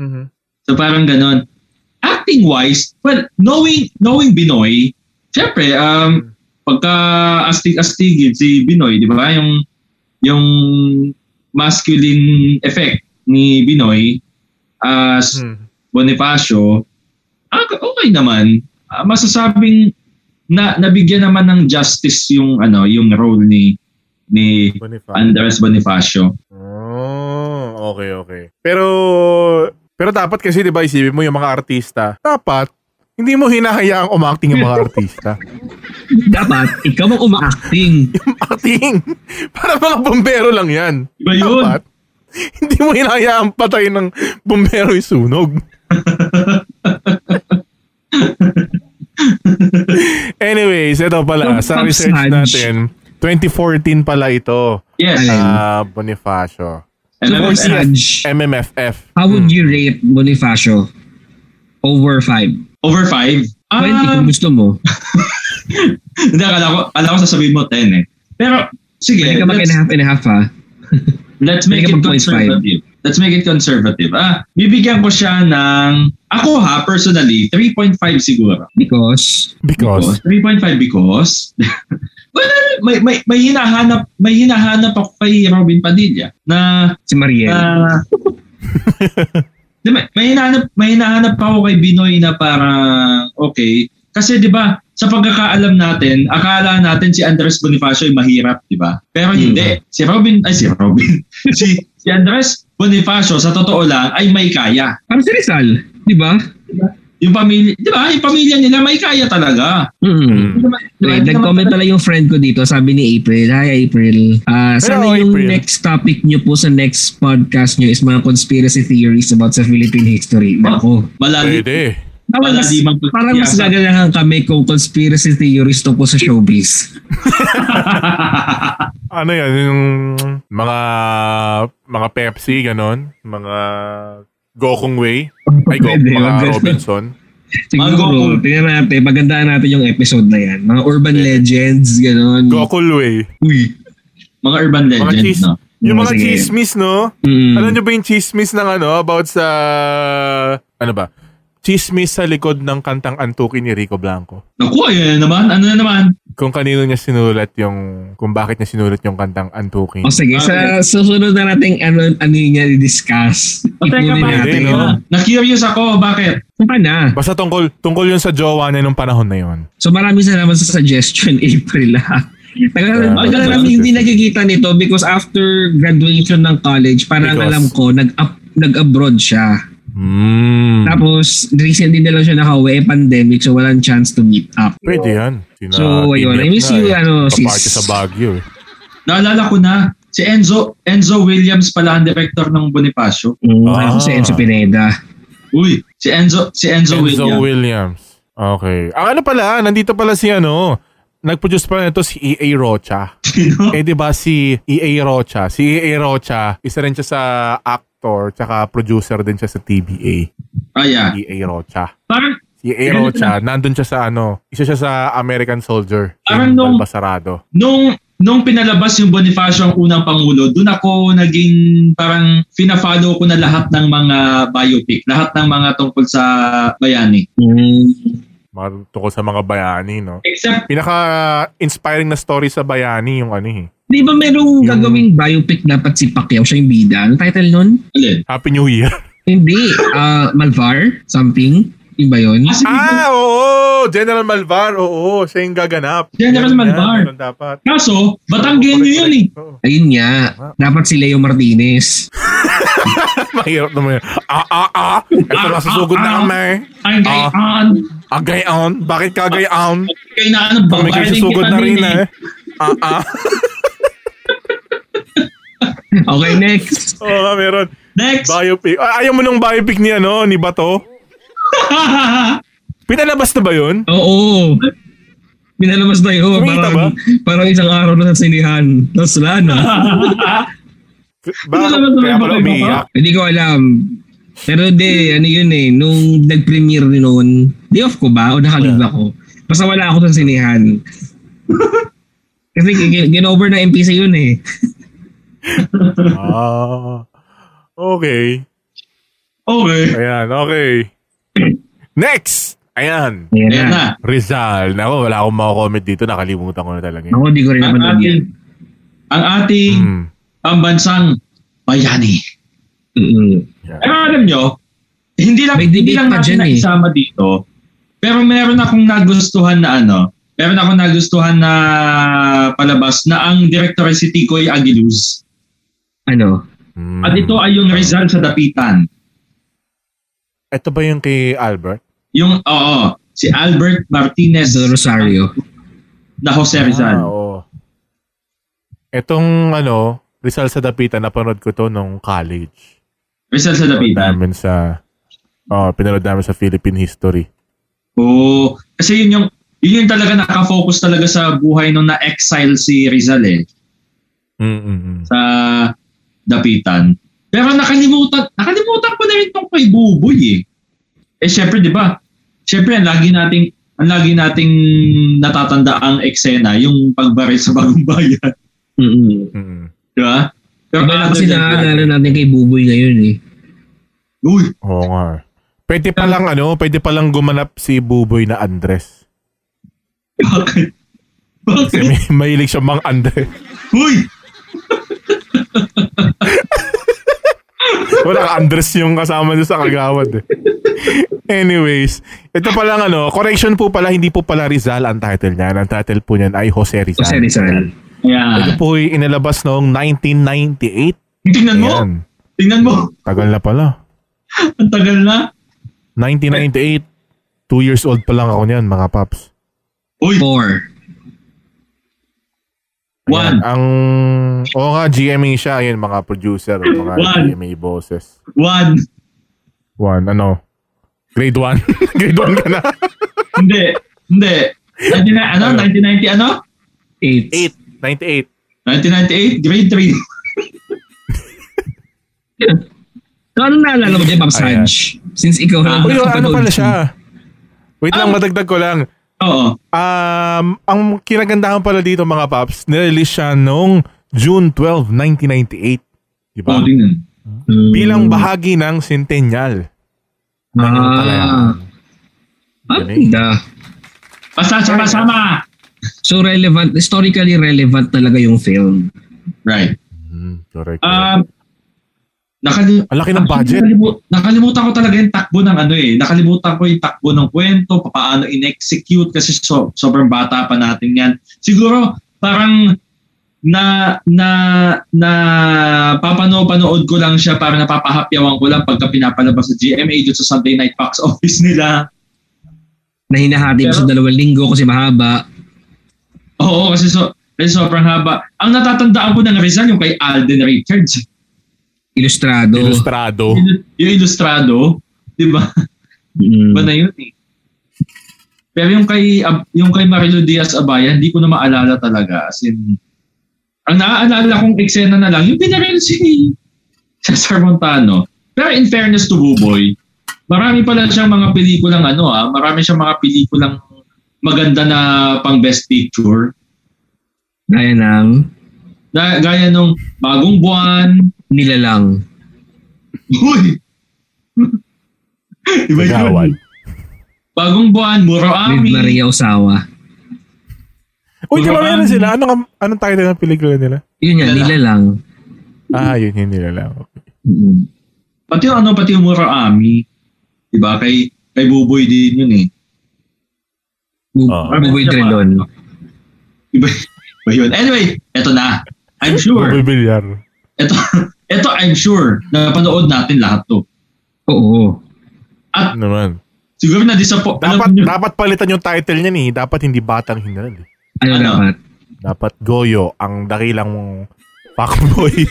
Speaker 3: Mm-hmm.
Speaker 2: Mhm.
Speaker 3: So parang ganon. Acting wise, well, knowing knowing Binoy, syempre um pagka astig-astigid si Binoy, di ba? Yung yung masculine effect ni Binoy as
Speaker 2: Mm.
Speaker 3: Bonifacio, ah, okay naman. Ah, masasabing na nabigyan naman ng justice yung ano, yung role ni ni
Speaker 2: Bonifacio.
Speaker 3: Andres Bonifacio.
Speaker 2: Oh, okay, okay. Pero, pero dapat kasi, di ba, isipin mo yung mga artista, dapat, hindi mo hinahayaang umakting yung mga artista.
Speaker 1: Dapat, ikaw ang umaacting.
Speaker 2: Acting! Para mga bombero lang yan.
Speaker 3: Iba yun.
Speaker 2: Dapat, hindi mo hinahayaang patayin ng bombero yung sunog. Anyways, ito pala,
Speaker 1: Yung
Speaker 2: sa research
Speaker 1: Pabsnatch.
Speaker 2: natin, 2014 pala ito,
Speaker 3: Yes.
Speaker 1: Ayun.
Speaker 2: ah, Bonifacio.
Speaker 3: And
Speaker 1: So,
Speaker 3: then-
Speaker 1: for si Raj,
Speaker 2: MMFF.
Speaker 1: how would you rate Bonifacio over 5? 20
Speaker 3: over 5. Ah,
Speaker 1: kung gusto mo.
Speaker 3: hindi, akala ko, akala ko sasabihin mo 10 eh. Pero, sige,
Speaker 1: Pwede ka mag and
Speaker 3: let's,
Speaker 1: a half and a half ah? ha.
Speaker 3: let's
Speaker 1: pwede
Speaker 3: make
Speaker 1: ka
Speaker 3: it
Speaker 1: mag-point five.
Speaker 3: conservative. Let's make it conservative. Ah, bibigyan ko siya ng, ako ha, personally, 3.5 siguro.
Speaker 1: Because,
Speaker 2: Because,
Speaker 3: 3.5 because well, may, may, may hinahanap may hinahanap ako kay Robin Padilla na
Speaker 1: si Mariel.
Speaker 3: na Di ba, may hinahanap may hinahanap ako kay Binoy na parang okay kasi 'di ba sa pagkakaalam natin akala natin si Andres Bonifacio ay mahirap 'di ba pero hindi si Robin ay si Robin si si Andres Bonifacio sa totoo lang ay may kaya
Speaker 1: Parang si Rizal, di ba?
Speaker 3: yung pamilya 'di ba yung pamilya nila may kaya talaga
Speaker 1: Mm.
Speaker 2: Mm.
Speaker 3: Di ba- di ba-
Speaker 1: Right,
Speaker 3: di naman
Speaker 1: nag-comment
Speaker 3: talaga-
Speaker 1: pala yung friend ko dito, sabi ni April, Hi April, Ah, sana
Speaker 2: Hello,
Speaker 1: yung
Speaker 2: April.
Speaker 1: next topic nyo po sa next podcast nyo is mga conspiracy theories about sa Philippine history. Ako,
Speaker 3: Malalim.
Speaker 2: pwede.
Speaker 1: parang mas,
Speaker 3: Malalimang pagtitiyasan.
Speaker 1: parang mas gaganahan kami kung conspiracy theories tungkol sa showbiz.
Speaker 2: Ano yan, yung mga mga Pepsi, ganon. Mga Gokong Way. Ay, go,
Speaker 1: Pwede,
Speaker 2: mga
Speaker 1: wag-
Speaker 2: Robinson.
Speaker 1: Siguro,
Speaker 3: Mago-
Speaker 1: tingnan natin, pagandaan natin yung episode na yan. Mga urban legends, gano'n.
Speaker 2: Gokul Way.
Speaker 1: Uy,
Speaker 3: Mga urban
Speaker 2: Mga
Speaker 3: legend,
Speaker 2: cheese,
Speaker 3: no?
Speaker 2: Yung
Speaker 1: Oo,
Speaker 2: mga
Speaker 1: sige.
Speaker 2: chismis, no?
Speaker 1: Mm.
Speaker 2: Alam nyo ba yung chismis ng ano, about sa, ano ba? Chismis sa likod ng kantang Antuki ni Rico Blanco.
Speaker 3: Naku, ayun na naman. Ano na naman?
Speaker 2: Kung kanino niya sinulat yung, kung bakit niya sinulat yung kantang Antuki.
Speaker 1: O sige, sa
Speaker 2: Ah,
Speaker 1: susunod na nating ano, ano yun niya i-discuss.
Speaker 3: O teka,
Speaker 1: Ipunin
Speaker 3: bakit?
Speaker 1: natin.
Speaker 2: Hindi, no?
Speaker 1: No?
Speaker 3: Na-curious ako, bakit?
Speaker 1: Saka na.
Speaker 2: Basta tungkol, tungkol yun sa jowa niya nung panahon na yun.
Speaker 1: So maraming salamat sa suggestion, April. ha. Tagal
Speaker 2: Grabe.
Speaker 1: tagal namin hindi nagkikita nito because after graduation ng college, parang
Speaker 2: Because-
Speaker 1: alam ko, nag nag-abroad siya.
Speaker 2: Mm.
Speaker 1: Tapos, recently na lang siya nakauwi, eh, pandemic, so walang chance to meet up.
Speaker 2: Pwede yan. Sina
Speaker 1: So, ayun. I miss you, ano, sis.
Speaker 2: Kaparte sa Baguio eh.
Speaker 3: Naalala ko na, si Enzo, Enzo Williams pala ang director ng Bonifacio.
Speaker 1: Mm,
Speaker 2: Ah.
Speaker 1: Ako si Enzo Pineda.
Speaker 3: Uy, si Enzo, si
Speaker 2: Enzo
Speaker 3: Enzo, Williams.
Speaker 2: Williams. Okay. Ang ano pala, nandito pala si ano, nag-produce pala nito si E.A. Rocha.
Speaker 3: Sino?
Speaker 2: Eh, di ba si E.A. Rocha? Si E.A. Rocha, isa rin siya sa actor, tsaka producer din siya sa TBA.
Speaker 3: Ah, yeah.
Speaker 2: E.A. E Rocha.
Speaker 3: Parang,
Speaker 2: Si E.A. Rocha, nandun siya sa ano, isa siya sa American Soldier. yung
Speaker 3: Parang nung-
Speaker 2: Balbasarado.
Speaker 3: nung, nung pinalabas yung Bonifacio ang unang pangulo, dun ako naging parang fina-follow ko na lahat ng mga biopic, lahat ng mga tungkol sa bayani.
Speaker 1: Mm.
Speaker 2: Mga tungkol sa mga bayani, no?
Speaker 3: Except,
Speaker 2: Pinaka-inspiring na story sa bayani yung ano eh.
Speaker 1: Di ba merong
Speaker 2: Yung-
Speaker 1: gagawing biopic dapat si Pacquiao siya yung bida? Ano title nun?
Speaker 3: alin?
Speaker 2: Happy New Year.
Speaker 1: Hindi. Ah, Malvar? Something? Yung ba yun?
Speaker 3: Ah, si
Speaker 2: Ah, oo! General Malvar, oo. Siya yung gaganap.
Speaker 3: General
Speaker 2: Ganun yan,
Speaker 3: Malvar.
Speaker 2: ganun dapat.
Speaker 3: Kaso, Batanggenyo yun eh.
Speaker 2: Oo.
Speaker 1: Ayun nga. Dapat si Leo Martinez.
Speaker 2: Mahirap naman yun. Ah, ah, ah. Ito na
Speaker 3: Ah,
Speaker 2: susugod
Speaker 3: ah,
Speaker 2: na
Speaker 3: ah.
Speaker 2: kami.
Speaker 3: Ang
Speaker 2: Ah.
Speaker 3: gayaan.
Speaker 2: Ah, gayon. Bakit ka gayon?
Speaker 3: Kayo na ano,
Speaker 2: Kami kayo
Speaker 3: babayarin
Speaker 2: susugod
Speaker 3: kita
Speaker 2: na rin
Speaker 3: din
Speaker 2: eh. Ah, ah.
Speaker 1: Okay, next.
Speaker 2: Oo nga, meron.
Speaker 3: Next!
Speaker 2: Biopic. Ah, ayaw mo nung biopic ni ano, ni Bato? Pinalabas na ba yun?
Speaker 1: Oo. Pinalabas na yun.
Speaker 2: Kumita
Speaker 1: Parang, parang isang araw na ah. sa sinihan. Tapos wala na.
Speaker 2: Bakit?
Speaker 3: Pinalabas na
Speaker 2: Kaya
Speaker 3: ba
Speaker 2: pala
Speaker 3: kay Bato?
Speaker 2: umiiyak.
Speaker 1: Hindi ko alam. Pero di, ano yun eh, nung nag-premiere noon, day off ko ba? O nakalib
Speaker 2: Wala.
Speaker 1: ako? Basta wala ako sa sinihan. Kasi gi- ginover na MPC yun eh.
Speaker 2: Ah. Okay.
Speaker 3: okay.
Speaker 2: Ayan, okay. Next! Ayan.
Speaker 1: Ayan
Speaker 3: Ayan
Speaker 1: na.
Speaker 3: na.
Speaker 2: Rizal. Nako, wala akong makakomment dito. Nakalimutan ko na talaga. yun.
Speaker 1: Ako, di ko rin
Speaker 3: Ang
Speaker 1: napanood yan.
Speaker 3: ating, ang ating
Speaker 2: Hmm.
Speaker 3: pambansang bayani.
Speaker 1: Mm-mm.
Speaker 3: Pero alam nyo, hindi lang,
Speaker 1: May
Speaker 3: hindi
Speaker 1: debate
Speaker 3: lang
Speaker 1: pa
Speaker 3: natin
Speaker 1: dyan eh.
Speaker 3: naisama dito. Pero meron akong nagustuhan na ano, meron akong nagustuhan na palabas na ang director ay si Ticoy Aguiluz.
Speaker 1: Ano?
Speaker 2: Hmm.
Speaker 3: At ito ay yung Rizal sa Dapitan.
Speaker 2: Ito ba yung kay Albert?
Speaker 3: Yung, oo, si Albert Martinez
Speaker 1: Del Rosario.
Speaker 3: na Jose Rizal.
Speaker 2: Ah, oo. Itong ano, Rizal sa Dapitan, napanood ko to nung college.
Speaker 3: Rizal sa
Speaker 2: Pinanood
Speaker 3: Dapitan.
Speaker 2: namin sa Oh, pinanood namin sa Philippine history.
Speaker 3: Oo. Kasi yun yung, yun yung talaga nakafocus talaga sa buhay nung na-exile si Rizal eh.
Speaker 2: Mm-mm.
Speaker 3: sa dapitan. Pero nakalimutan, nakalimutan ko na rin tong kay Buboy eh. Eh syempre, di ba? Syempre, ang lagi nating ang lagi nating natatanda ang eksena, yung pagbaril sa bagong bayan.
Speaker 1: Mm-mm.
Speaker 2: Mm-mm.
Speaker 3: Di ba? Pero
Speaker 1: Wala kasi ano.
Speaker 3: other than that,
Speaker 1: naaalala natin kay Buboy ngayon eh.
Speaker 3: Uy,
Speaker 2: Oo nga. Pwede pa lang ano, pwede pa lang gumanap si Buboy na Andres.
Speaker 3: bakit?
Speaker 2: Kasi
Speaker 3: Bakit?
Speaker 2: may, mahilig siya mang Andres.
Speaker 3: Uy!
Speaker 2: Wala ka Andres yung kasama niya sa kagawad eh. Anyways, ito pa lang ano, correction po pala, hindi po pala Rizal ang title niyan. Ang title po niyan ay Jose Rizal.
Speaker 1: Jose Rizal.
Speaker 2: Ito
Speaker 3: Ayan.
Speaker 2: po ay inilabas noong 1998.
Speaker 3: Tingnan mo!
Speaker 2: Ayan.
Speaker 3: Tingnan mo!
Speaker 2: Tagal na pala.
Speaker 3: Ang tagal na!
Speaker 2: 1998. Two years old pa lang ako niyan, mga paps.
Speaker 3: Uy!
Speaker 1: Four.
Speaker 2: Ayan,
Speaker 3: One!
Speaker 2: Ang, oo nga, GMA siya. Ayan, mga producer, mga
Speaker 3: One.
Speaker 2: GMA bosses.
Speaker 3: One!
Speaker 2: One, ano? Grade 1. Grade 1 ka na.
Speaker 3: hindi! Hindi! 99, ano? 1990 ano?
Speaker 1: Eight.
Speaker 2: 98.
Speaker 3: 1998? Grade 3.
Speaker 1: So, ano naalala mo dyan, Pops
Speaker 2: Ayan.
Speaker 1: Haj? Since ikaw na
Speaker 2: Uy, ano pala siya? Wait lang,
Speaker 3: Ah.
Speaker 2: madagdag ko lang.
Speaker 3: Oo.
Speaker 2: Um, ang kinagandahan pala dito mga paps, nirelease siya noong June 12, 1998. Diba?
Speaker 3: Oh, tingnan.
Speaker 2: Bilang bahagi ng Centennial.
Speaker 1: Ah. Ah,
Speaker 2: Galing.
Speaker 1: pida.
Speaker 3: Basta sa kasama!
Speaker 1: So relevant, historically relevant talaga yung film.
Speaker 3: Right.
Speaker 2: Hmm, correct.
Speaker 3: Um, nakali-
Speaker 2: Ang laki ng budget.
Speaker 3: Nakalimu- nakalimutan ko talaga yung takbo ng ano eh. Nakalimutan ko yung takbo ng kwento, paano in-execute kasi so, sobrang bata pa natin yan. Siguro parang na na na papano panood ko lang siya para napapahapyawan ko lang pagka pinapalabas sa GMA dito sa Sunday Night Box Office nila.
Speaker 1: Na hinahati mo sa
Speaker 3: Pero-
Speaker 1: dalawang linggo kasi mahaba.
Speaker 3: Oo, kasi so kasi sobrang haba. Ang natatandaan ko na na Rizal yung kay Alden Richards.
Speaker 1: Ilustrado.
Speaker 2: Ilustrado.
Speaker 3: Yung ilustrado, 'di ba?
Speaker 1: Mm.
Speaker 3: Iba na yun eh. Pero yung kay, Ab- yung kay Marilo Diaz Abaya, hindi ko na maalala talaga. As in, ang naaalala kong eksena na lang, yung pinaril si Cesar Montano. Pero in fairness to Buboy, marami pala siyang mga pelikulang ano ah, marami siyang mga pelikulang maganda na pang best picture.
Speaker 1: Gaya ng
Speaker 3: Na, gaya nung Bagong Buwan,
Speaker 1: nilalang.
Speaker 3: Uy! Iba yun.
Speaker 2: Kagawad.
Speaker 3: Bagong Buwan,
Speaker 1: With
Speaker 3: Muroami,
Speaker 1: Maria Osawa.
Speaker 2: Uy, di ba
Speaker 3: Bulacan.
Speaker 2: meron sila? Anong, anong title ng pelikula nila?
Speaker 1: Yun yan,
Speaker 3: Nilalang.
Speaker 1: nilalang.
Speaker 2: Ah, yun, yun nila lang.
Speaker 1: Mm.
Speaker 3: Pati yung ano, pati yung Murakami. Diba? Kay, kay Buboy din yun eh.
Speaker 1: Bu-
Speaker 2: Oh.
Speaker 1: Buboy Dredon.
Speaker 3: Iba, iba yun. Anyway, eto na. I'm sure.
Speaker 2: Bubilyar.
Speaker 3: Eto, eto I'm sure na panood natin lahat to.
Speaker 1: Oo.
Speaker 2: Naman.
Speaker 3: Siguro na disappoint.
Speaker 2: Dapat, dapat palitan yung title niya ni. Dapat hindi Batang Hinal. eh.
Speaker 1: Ano,
Speaker 3: Ano?
Speaker 1: dapat?
Speaker 2: Dapat Goyo, ang dakilang mong fuckboy.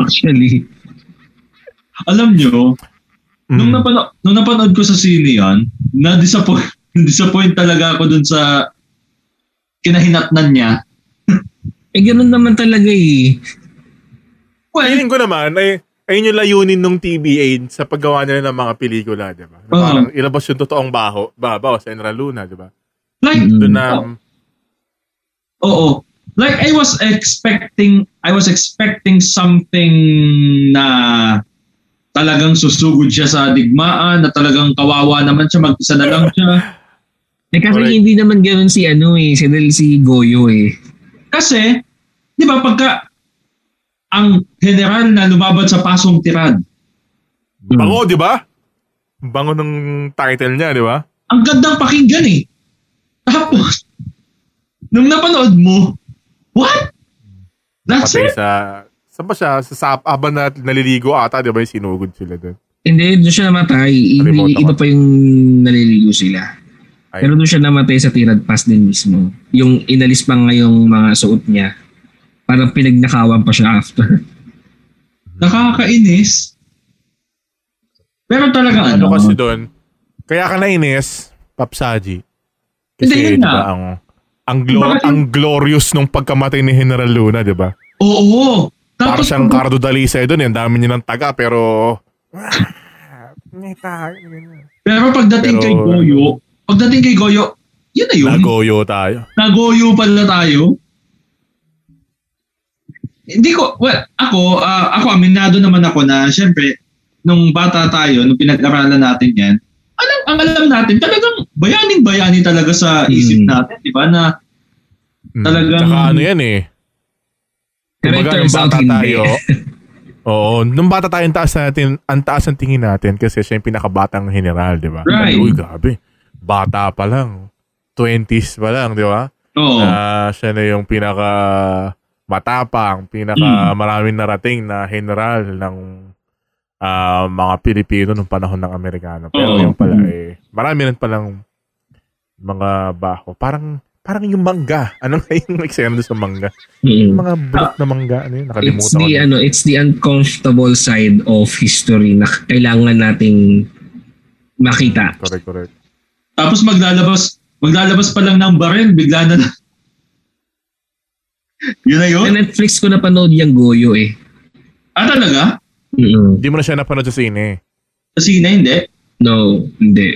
Speaker 1: Actually.
Speaker 3: alam nyo, nung,
Speaker 2: Mm.
Speaker 3: napano, nung napanood ko sa sine yan, na-disappoint, disappoint talaga ako dun sa kinahinatnan niya.
Speaker 1: Eh, ganun naman talaga eh.
Speaker 3: Well,
Speaker 2: Feeling ko naman, ay, ayun yung layunin nung TBA sa paggawa nila ng mga pelikula, di ba? Na
Speaker 3: Oo.
Speaker 2: Parang ilabas yung totoong baho, babaw sa Enra Luna, di ba?
Speaker 3: like,
Speaker 1: Mm.
Speaker 2: Doon na,
Speaker 3: Oo. Like I was expecting I was expecting something na talagang susugod siya sa digmaan, na talagang kawawa naman siya, mag-isa na lang siya.
Speaker 1: Eh, kasi
Speaker 2: Correct.
Speaker 1: hindi naman ganun si ano eh, si, Del, si Goyo eh.
Speaker 3: Kasi, di ba, pagka ang general na lumabad sa pasong tirad,
Speaker 1: Mm.
Speaker 2: bango, di ba? Bango ng title niya, di ba?
Speaker 3: ang gandang pakinggan eh. Tapos, nung napanood mo, what? That's
Speaker 2: Patay
Speaker 3: it?
Speaker 2: sa, saan ba siya? Sa sap, habang na, naliligo ata, di ba? Yung sinugod sila doon.
Speaker 1: Hindi, doon siya namatay.
Speaker 2: Remote
Speaker 1: Hindi,
Speaker 2: ako.
Speaker 1: iba pa yung naliligo sila.
Speaker 2: Ay.
Speaker 1: Pero doon siya namatay sa tirad pass din mismo. Yung inalis pa nga yung mga suot niya. Parang pinagnakawan pa siya after.
Speaker 3: Nakakainis. Pero talaga
Speaker 2: Ano
Speaker 3: ano,
Speaker 2: kasi doon, kaya ka nainis, Papsaji.
Speaker 3: Hindi,
Speaker 2: Kasi,
Speaker 3: yun
Speaker 2: di ba,
Speaker 3: na.
Speaker 2: ang, ang, glo-
Speaker 3: Bakit yun?
Speaker 2: ang glorious nung pagkamatay ni General Luna, di ba?
Speaker 3: Oo.
Speaker 2: Para
Speaker 3: Tapos,
Speaker 2: siyang Cardo Dalisay doon, yung dami niya ng taga, pero... Nita,
Speaker 3: Pero ano?
Speaker 2: Pero-
Speaker 3: pagdating kay Goyo, pagdating kay Goyo, yun na yun.
Speaker 2: nagoyo tayo.
Speaker 3: Nagoyo pala tayo. Hindi ko, well, ako, ah, ako aminado naman ako na, syempre, nung bata tayo, nung pinag-aralan natin yan, alam, ang alam natin, talagang bayaning-bayani talaga sa isip
Speaker 1: Hmm.
Speaker 3: natin, di ba, na
Speaker 2: Mm.
Speaker 3: Talagang-
Speaker 2: Tsaka ano yan eh.
Speaker 1: Pero it
Speaker 2: Kumbaga, nung
Speaker 1: turns out
Speaker 2: bata
Speaker 1: hindi.
Speaker 2: tayo... Oo, nung bata tayo, ang taas natin, ang taas ang tingin natin kasi siya yung pinakabatang general, di ba?
Speaker 3: Right.
Speaker 2: Uy, grabe. Bata pa lang. 20s pa lang, di ba?
Speaker 3: oo,
Speaker 2: na siya na yung pinaka matapang,
Speaker 3: Mm.
Speaker 2: pinaka maraming narating na general ng ah, mga Pilipino nung panahon ng Amerikano. Pero
Speaker 3: Oo. Mm.
Speaker 2: yung pala eh, marami rin palang mga bako. Parang parang yung mangga. Ano nga yung eksena doon sa mangga? Yung
Speaker 1: Mm.
Speaker 2: mga bulak na mangga. Ano yun?
Speaker 1: It's
Speaker 2: Nakalimutan ko.
Speaker 1: the,
Speaker 2: na.
Speaker 1: ano, it's the uncomfortable side of history na kailangan nating makita.
Speaker 2: Correct, correct.
Speaker 3: tapos maglalabas, maglalabas pa lang ng baril, bigla na yun na
Speaker 1: Sa
Speaker 3: yun?
Speaker 1: Netflix ko napanood yung Goyo eh.
Speaker 3: Ah, talaga?
Speaker 1: Mm-mm.
Speaker 2: Hindi mo na siya napanood sa sine.
Speaker 3: Kasi na hindi.
Speaker 1: No, hindi.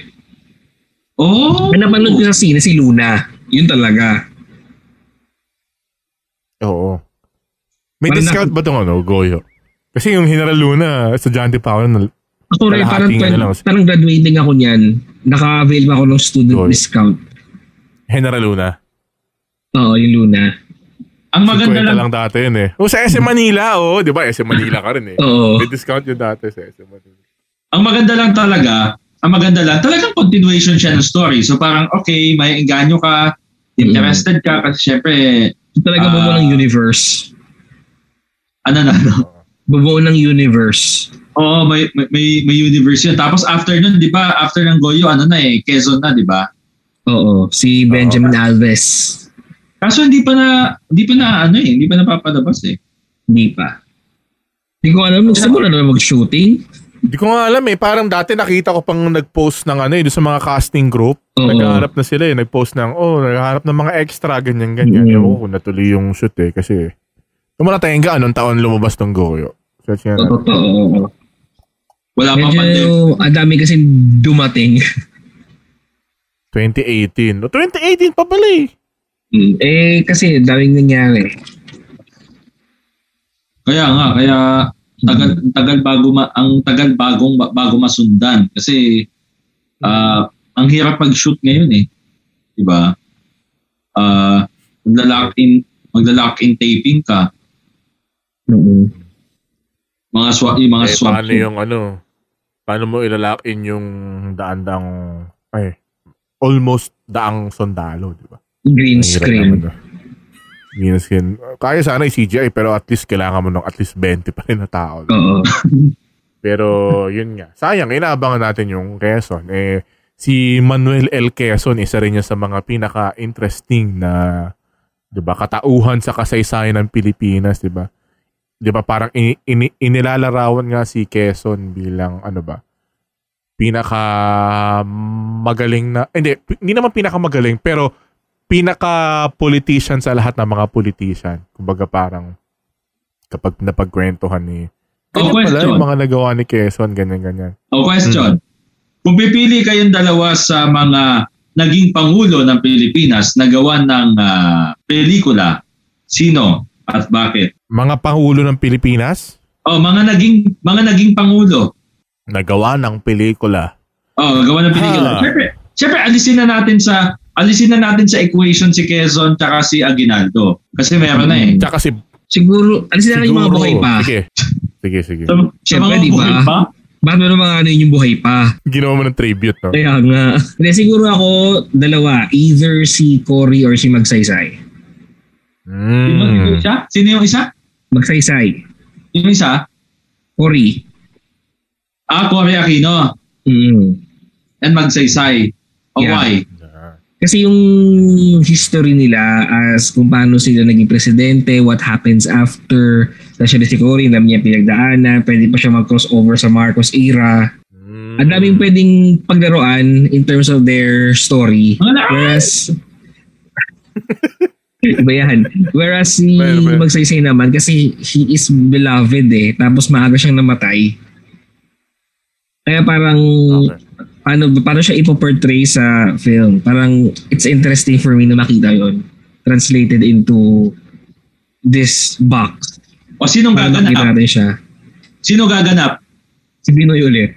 Speaker 3: Oh!
Speaker 1: Ang napanood ko sa sine si Luna. Yun talaga.
Speaker 2: Oo. May
Speaker 1: Parang
Speaker 2: discount ba itong ano, Goyo? Kasi yung General Luna, estudyante pa ako nun.
Speaker 1: Ako rin, parang,
Speaker 2: Kalahating ano
Speaker 1: parang,
Speaker 2: lang.
Speaker 1: parang graduating ako niyan. Naka-avail pa ako ng student
Speaker 2: Gold.
Speaker 1: discount.
Speaker 2: General Luna.
Speaker 1: Oo, yung Luna.
Speaker 3: Ang
Speaker 2: 50
Speaker 3: maganda lang,
Speaker 2: lang. dati yun eh. O sa SM Manila, oh, di ba? SM Manila ka rin eh.
Speaker 1: Oo.
Speaker 2: May discount yun dati sa SM Manila.
Speaker 3: ang maganda lang talaga, ang maganda lang, talagang continuation siya ng story. So parang, okay, may engganyo ka, interested ka, kasi syempre,
Speaker 1: Talaga bubuo
Speaker 3: Ah.
Speaker 1: ng universe.
Speaker 3: ano na, no?
Speaker 1: Bubuo ng universe.
Speaker 3: Oo, may, may- may, may universe yun. Tapos after nun, di ba, after ng Goyo, ano na eh, Quezon na, di ba?
Speaker 1: Oo, si Benjamin Alves.
Speaker 3: Kaso hindi pa na, hindi pa na, ano eh, hindi pa napapalabas eh.
Speaker 1: Hindi pa. Hindi ko alam, gusto mo na naman mag-shooting?
Speaker 2: Hindi ko nga alam eh. Parang dati nakita ko pang nag-post ng ano eh, doon sa mga casting group.
Speaker 1: Oo.
Speaker 3: Mm.
Speaker 2: Naghahanap na sila eh. Nag-post ng, oh, naghahanap ng mga extra, ganyan, ganyan.
Speaker 1: Mm.
Speaker 2: Ewan ko kung natuloy yung shoot eh. Kasi, tumala tayong ga, anong taon lumabas tong Goyo? Search nga natin.
Speaker 1: Totoo. oo.
Speaker 3: Wala pang pandemic.
Speaker 1: Medyo ang dami kasi dumating.
Speaker 2: 2018. O, 2018 Oh, pa pala eh.
Speaker 1: eh, kasi daming nangyari.
Speaker 3: Kaya nga, kaya tagal tagal bago ma, ang tagal bagong bago masundan kasi ah, ang hirap mag-shoot ngayon eh. 'Di ba? Ah, magla-lock in magla-lock in taping ka,
Speaker 1: Oo.
Speaker 3: mga swap, yung mga
Speaker 2: eh,
Speaker 3: swap.
Speaker 2: paano yung ano? Paano mo ilalock in yung daan-daang, ay, almost daang sundalo, di ba?
Speaker 1: Green
Speaker 2: Mahirap
Speaker 1: screen.
Speaker 2: naman to. Green screen. Kaya sana yung CGI, pero at least kailangan mo ng at least 20 pa rin na tao.
Speaker 1: Oo.
Speaker 2: Pero yun nga. Sayang, inaabangan natin yung Quezon. Eh, si Manuel L. Quezon, isa rin niya sa mga pinaka-interesting na 'di ba katauhan sa kasaysayan ng Pilipinas, 'di ba? 'Di ba parang ini- ini- inilalarawan nga si Quezon bilang ano ba? Pinaka magaling na hindi pi- hindi naman pinaka magaling pero pinaka politician sa lahat ng mga politician. Kumbaga parang kapag napagkwentuhan ni Ganyan
Speaker 3: Oh,
Speaker 2: pala
Speaker 3: question.
Speaker 2: yung mga nagawa ni Quezon, ganyan-ganyan.
Speaker 3: O Oh, question. Kung pipili kayong dalawa sa mga naging pangulo ng Pilipinas na gawa ng ah, pelikula, sino at bakit?
Speaker 2: Mga pangulo ng Pilipinas,
Speaker 3: Oh, mga naging mga naging pangulo.
Speaker 2: nagawa ng pelikula.
Speaker 3: Oh, gawa ng pelikula.
Speaker 2: Ah.
Speaker 3: Siyempre, siyempre, alisin na natin sa alisin na natin sa equation si Quezon tsaka si Aguinaldo. Kasi meron na eh.
Speaker 2: Tsaka si...
Speaker 1: Siguro, alisin na lang yung mga buhay pa.
Speaker 2: Sige. Sige, sige.
Speaker 3: So,
Speaker 1: Siyempre, di ba?
Speaker 3: buhay pa,
Speaker 1: Bakit meron mga ano yung buhay pa?
Speaker 2: Ginawa mo ng tribute, no?
Speaker 1: Kaya nga. Hindi, siguro ako, dalawa. Either si Cory or si Magsaysay.
Speaker 3: Sino yung
Speaker 2: Mm.
Speaker 3: isa? Sino yung isa?
Speaker 1: Magsaysay.
Speaker 3: Yung isa?
Speaker 1: Cory.
Speaker 3: Ah, Cory Aquino
Speaker 1: Mm.
Speaker 3: and Magsaysay. Oh,
Speaker 1: Yeah.
Speaker 3: why?
Speaker 1: Kasi yung history nila as kung paano sila naging presidente, what happens after, especially si Cory, ang dami niya pinagdaanan, pwede pa siya mag-crossover sa Marcos era.
Speaker 2: Mm.
Speaker 1: Ang daming pwedeng paglaruan in terms of their story.
Speaker 3: Mga lakas!
Speaker 1: Whereas, Iba yan. Whereas si
Speaker 2: Well, well.
Speaker 1: Magsaysay naman kasi he is beloved eh. Tapos maaga siyang namatay. Kaya parang
Speaker 2: Okay.
Speaker 1: paano, paano siya ipoportray sa film. Parang it's interesting for me na makita yon translated into this box.
Speaker 3: O sinong
Speaker 1: Para makita
Speaker 3: Oh, gaganap?
Speaker 1: natin siya.
Speaker 3: Sino gaganap?
Speaker 1: Si Binoy ulit.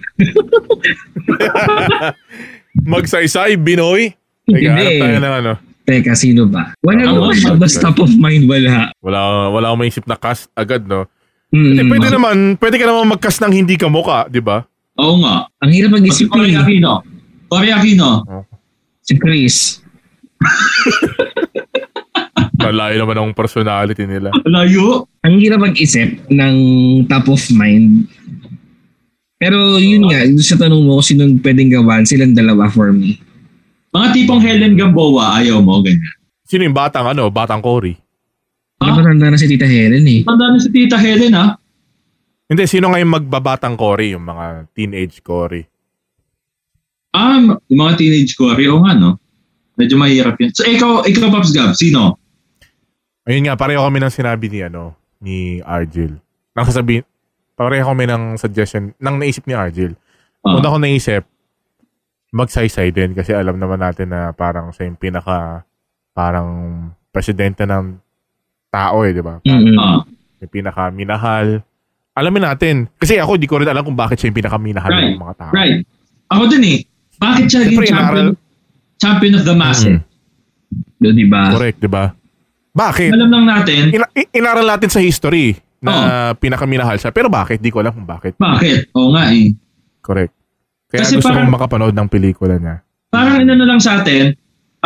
Speaker 2: Magsaysay, Binoy. Teka,
Speaker 1: Hindi.
Speaker 2: hanap tayo ng ano.
Speaker 1: Teka, sino ba? Wala
Speaker 2: Ako,
Speaker 1: naman siya.
Speaker 2: Mark.
Speaker 1: Basta top of mind, wala.
Speaker 2: Wala, wala akong maisip na cast agad, no? Eh,
Speaker 1: Mm,
Speaker 2: pwede naman, pwede ka naman mag-cast ng hindi ka muka, di ba?
Speaker 3: Oo nga.
Speaker 1: Ang hirap
Speaker 3: O si
Speaker 1: mag-isip
Speaker 3: Cory
Speaker 1: eh.
Speaker 3: Aquino. Cory Aquino.
Speaker 1: Si Chris.
Speaker 2: Malayo naman ang personality nila.
Speaker 3: Layo.
Speaker 1: Ang hirap mag-isip ng top of mind. Pero yun nga, sa tanong mo kung sinong pwedeng gawan, silang dalawa for me.
Speaker 3: Mga tipong Helen Gamboa, ayaw mo, ganyan.
Speaker 2: Sino yung batang ano? Batang Cory?
Speaker 1: Huh?
Speaker 3: Ah?
Speaker 1: Napatanda na si Tita Helen eh.
Speaker 3: Tanda na si Tita Helen, ah. ha?
Speaker 2: Hindi, sino ngayon magbabatang Cory? Yung mga teenage Cory.
Speaker 3: Ah, m- yung mga teenage Cory, oo nga, no? Medyo mahirap yun. So, ikaw, ikaw, Pops Gab, sino?
Speaker 2: Ayun nga, pareho kami ng sinabi ni ano, ni Argel. Nang sasabihin, pareho kami ng suggestion, nang naisip ni Argel.
Speaker 3: Ah.
Speaker 2: Una ko naisip, magsaysay din kasi alam naman natin na parang siya yung pinaka, parang presidente ng tao eh, di ba?
Speaker 1: Mm-mm.
Speaker 3: Ah,
Speaker 2: yung pinakaminahal. Alamin natin. Kasi ako, di ko rin alam kung bakit siya yung pinakaminahal
Speaker 3: Right.
Speaker 2: ng mga tao.
Speaker 3: Right. Ako din eh. Bakit siya naging
Speaker 2: Siyempre,
Speaker 3: champion,
Speaker 2: inaral-
Speaker 3: champion of the masses?
Speaker 2: Mm-hmm.
Speaker 3: Do, di ba?
Speaker 2: Mm. Correct, di ba? Bakit?
Speaker 3: Alam lang natin,
Speaker 2: Ina- i- inaral natin sa history na pinakaminahal siya. Pero bakit? Di ko alam kung bakit.
Speaker 3: bakit? Oo nga eh.
Speaker 2: Correct. Kaya
Speaker 3: Kasi
Speaker 2: gusto
Speaker 3: parang-
Speaker 2: kong makapanood ng pelikula niya.
Speaker 3: Parang inano lang sa atin,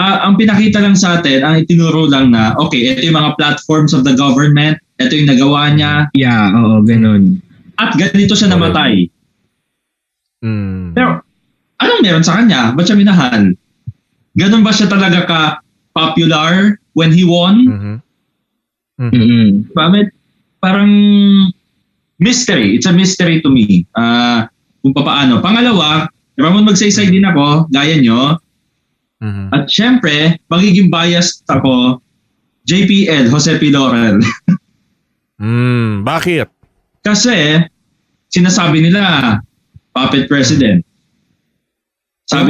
Speaker 3: ah, ang pinakita lang sa atin, ang itinuro lang na, okay, ito yung mga platforms of the government, ito yung nagawa niya,
Speaker 1: Yeah, oo, ganun.
Speaker 3: at ganito siya namatay.
Speaker 2: Mm.
Speaker 3: Pero, anong meron sa kanya? Ba't siya minahal? Ganun ba siya talaga ka popular when he won?
Speaker 2: Mhm. Mm-hmm.
Speaker 3: Mm.
Speaker 1: Mm-mm.
Speaker 3: Bakit? Parang mystery. It's a mystery to me. Ah, kung paano. Pangalawa, Ramon magsaysay din ako, gaya nyo.
Speaker 2: Mhm.
Speaker 3: At syempre, magiging biased ako, JPL, Jose P. Laurel.
Speaker 2: Mm, Bakit?
Speaker 3: Kasi, sinasabi nila, puppet president. Sabi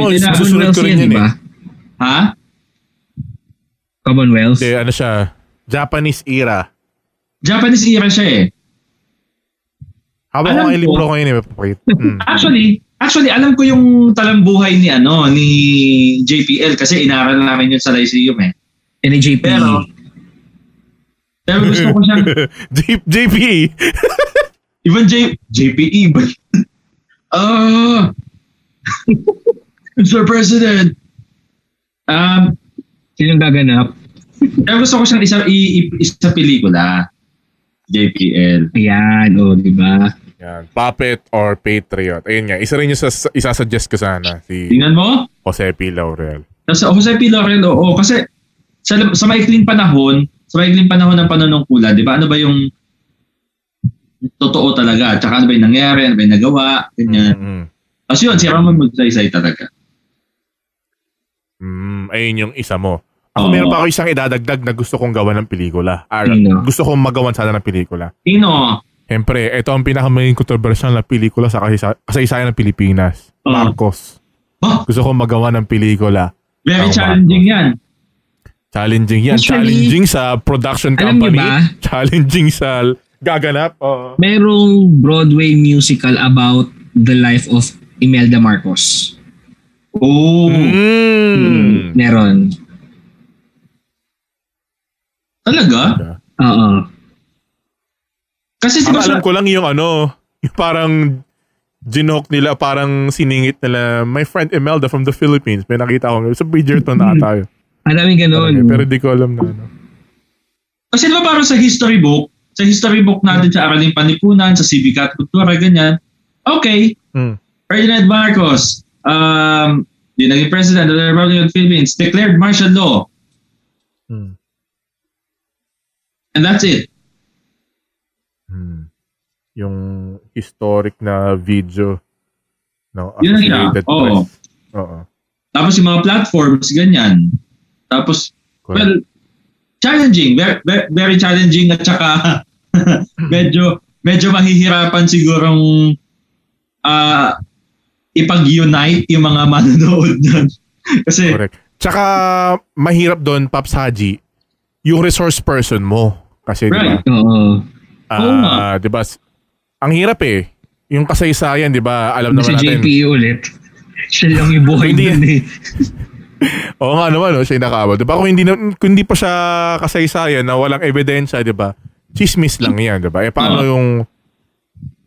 Speaker 2: Alam mo,
Speaker 3: nila,
Speaker 2: susunod
Speaker 1: Commonwealth
Speaker 2: ko rin
Speaker 1: yan,
Speaker 2: yun
Speaker 1: di ba?
Speaker 3: ha?
Speaker 1: Commonwealth?
Speaker 2: Hindi, ano siya? Japanese era.
Speaker 3: Japanese era siya eh.
Speaker 2: Habang
Speaker 3: Alam
Speaker 2: ako yung
Speaker 3: ko.
Speaker 2: libro ko yun eh. may papakita. Mm.
Speaker 3: Actually, actually alam ko yung talambuhay ni ano ni JPL kasi inaral namin yun sa Lyceum eh.
Speaker 1: NJP.
Speaker 3: Pero pero gusto ko siyang
Speaker 2: J- JP!
Speaker 3: even J JPE ba? Ah. Mr. President. Um,
Speaker 1: Sinong gaganap?
Speaker 3: pero gusto ko siyang isa i, i- isa pelikula. JPL.
Speaker 1: Ayan, oo, di ba?
Speaker 2: Yan, puppet or patriot. Ayun nga, isa rin yung sas- isasuggest ko sana. Si
Speaker 3: Tingnan mo.
Speaker 2: Jose P. Laurel.
Speaker 3: Tapos Jose P. Laurel, oo. Kasi sa, sa maikling panahon, sa maikling panahon ng panunungkulan, di ba, ano ba yung totoo talaga? Tsaka ano ba yung nangyari? Ano ba yung nagawa? Ganyan.
Speaker 2: Mm-mm.
Speaker 3: Tapos yun, si Ramon magsaysay talaga.
Speaker 2: Mm, ayun yung isa mo. Ako
Speaker 3: Oo.
Speaker 2: meron pa ako isang idadagdag na gusto kong gawa ng pelikula. Ar-
Speaker 1: Sino?
Speaker 2: gusto kong magawan sana ng pelikula.
Speaker 3: Ino,
Speaker 2: Siyempre, ito ang pinaka-main controversial na pelikula sa kasaysa- kasaysayan ng Pilipinas.
Speaker 3: Oo.
Speaker 2: Marcos.
Speaker 3: oh,
Speaker 2: Gusto kong magawa ng pelikula.
Speaker 3: very
Speaker 2: Tama.
Speaker 3: challenging yan.
Speaker 2: Challenging yan.
Speaker 1: Actually,
Speaker 2: challenging sa production
Speaker 1: alam niyo
Speaker 2: company.
Speaker 1: ba?
Speaker 2: Challenging sa l- gaganap. Oo.
Speaker 1: Merong Broadway musical about the life of Imelda Marcos.
Speaker 3: Oo.
Speaker 2: Mm.
Speaker 1: Meron.
Speaker 3: Talaga?
Speaker 1: Oo.
Speaker 3: Kasi si
Speaker 2: Ang alam
Speaker 3: Basura,
Speaker 2: ko lang yung ano, yung parang ginok nila, parang siningit nila, my friend Imelda from the Philippines. May nakita ko. Sa Bridgerton na tayo.
Speaker 1: Ang daming ganun.
Speaker 2: Parang, Pero di ko alam na ano.
Speaker 3: kasi di ba parang sa history book, sa history book natin sa Araling Panlipunan, sa Civica at Kultura, ganyan. Okay,
Speaker 2: Mm.
Speaker 3: Ferdinand Marcos, um, yung naging president of the Republic of the Philippines, declared martial law.
Speaker 2: Mm.
Speaker 3: And that's it.
Speaker 2: Mm. Yung historic na video. No,
Speaker 3: Yun ang siya.
Speaker 2: Associated
Speaker 3: Oo.
Speaker 2: Press. Oo.
Speaker 3: Tapos yung mga platforms, ganyan. Tapos,
Speaker 2: Correct.
Speaker 3: well, challenging. Very, very challenging at saka medyo, medyo mahihirapan sigurong ah ipag-unite yung mga manonood nun. Kasi,
Speaker 2: Correct. Tsaka, mahirap doon, Paps Haji, yung resource person mo. Kasi, di ba?
Speaker 3: Right.
Speaker 1: Oo.
Speaker 2: ah,
Speaker 3: Oo nga.
Speaker 2: di ba? s- Ang hirap eh. Yung kasaysayan, di ba? Alam
Speaker 1: Sa
Speaker 2: naman Ano natin.
Speaker 3: E
Speaker 1: JPE E ulit. Siya lang yung buhay
Speaker 2: Hindi.
Speaker 1: dun eh.
Speaker 2: Oo nga naman, no? siya yung nakabal. Di ba? Kung hindi, na, kung hindi pa siya kasaysayan na walang ebidensya, di ba? Chismis lang yan, di ba? Eh, paano
Speaker 3: Oo.
Speaker 2: yung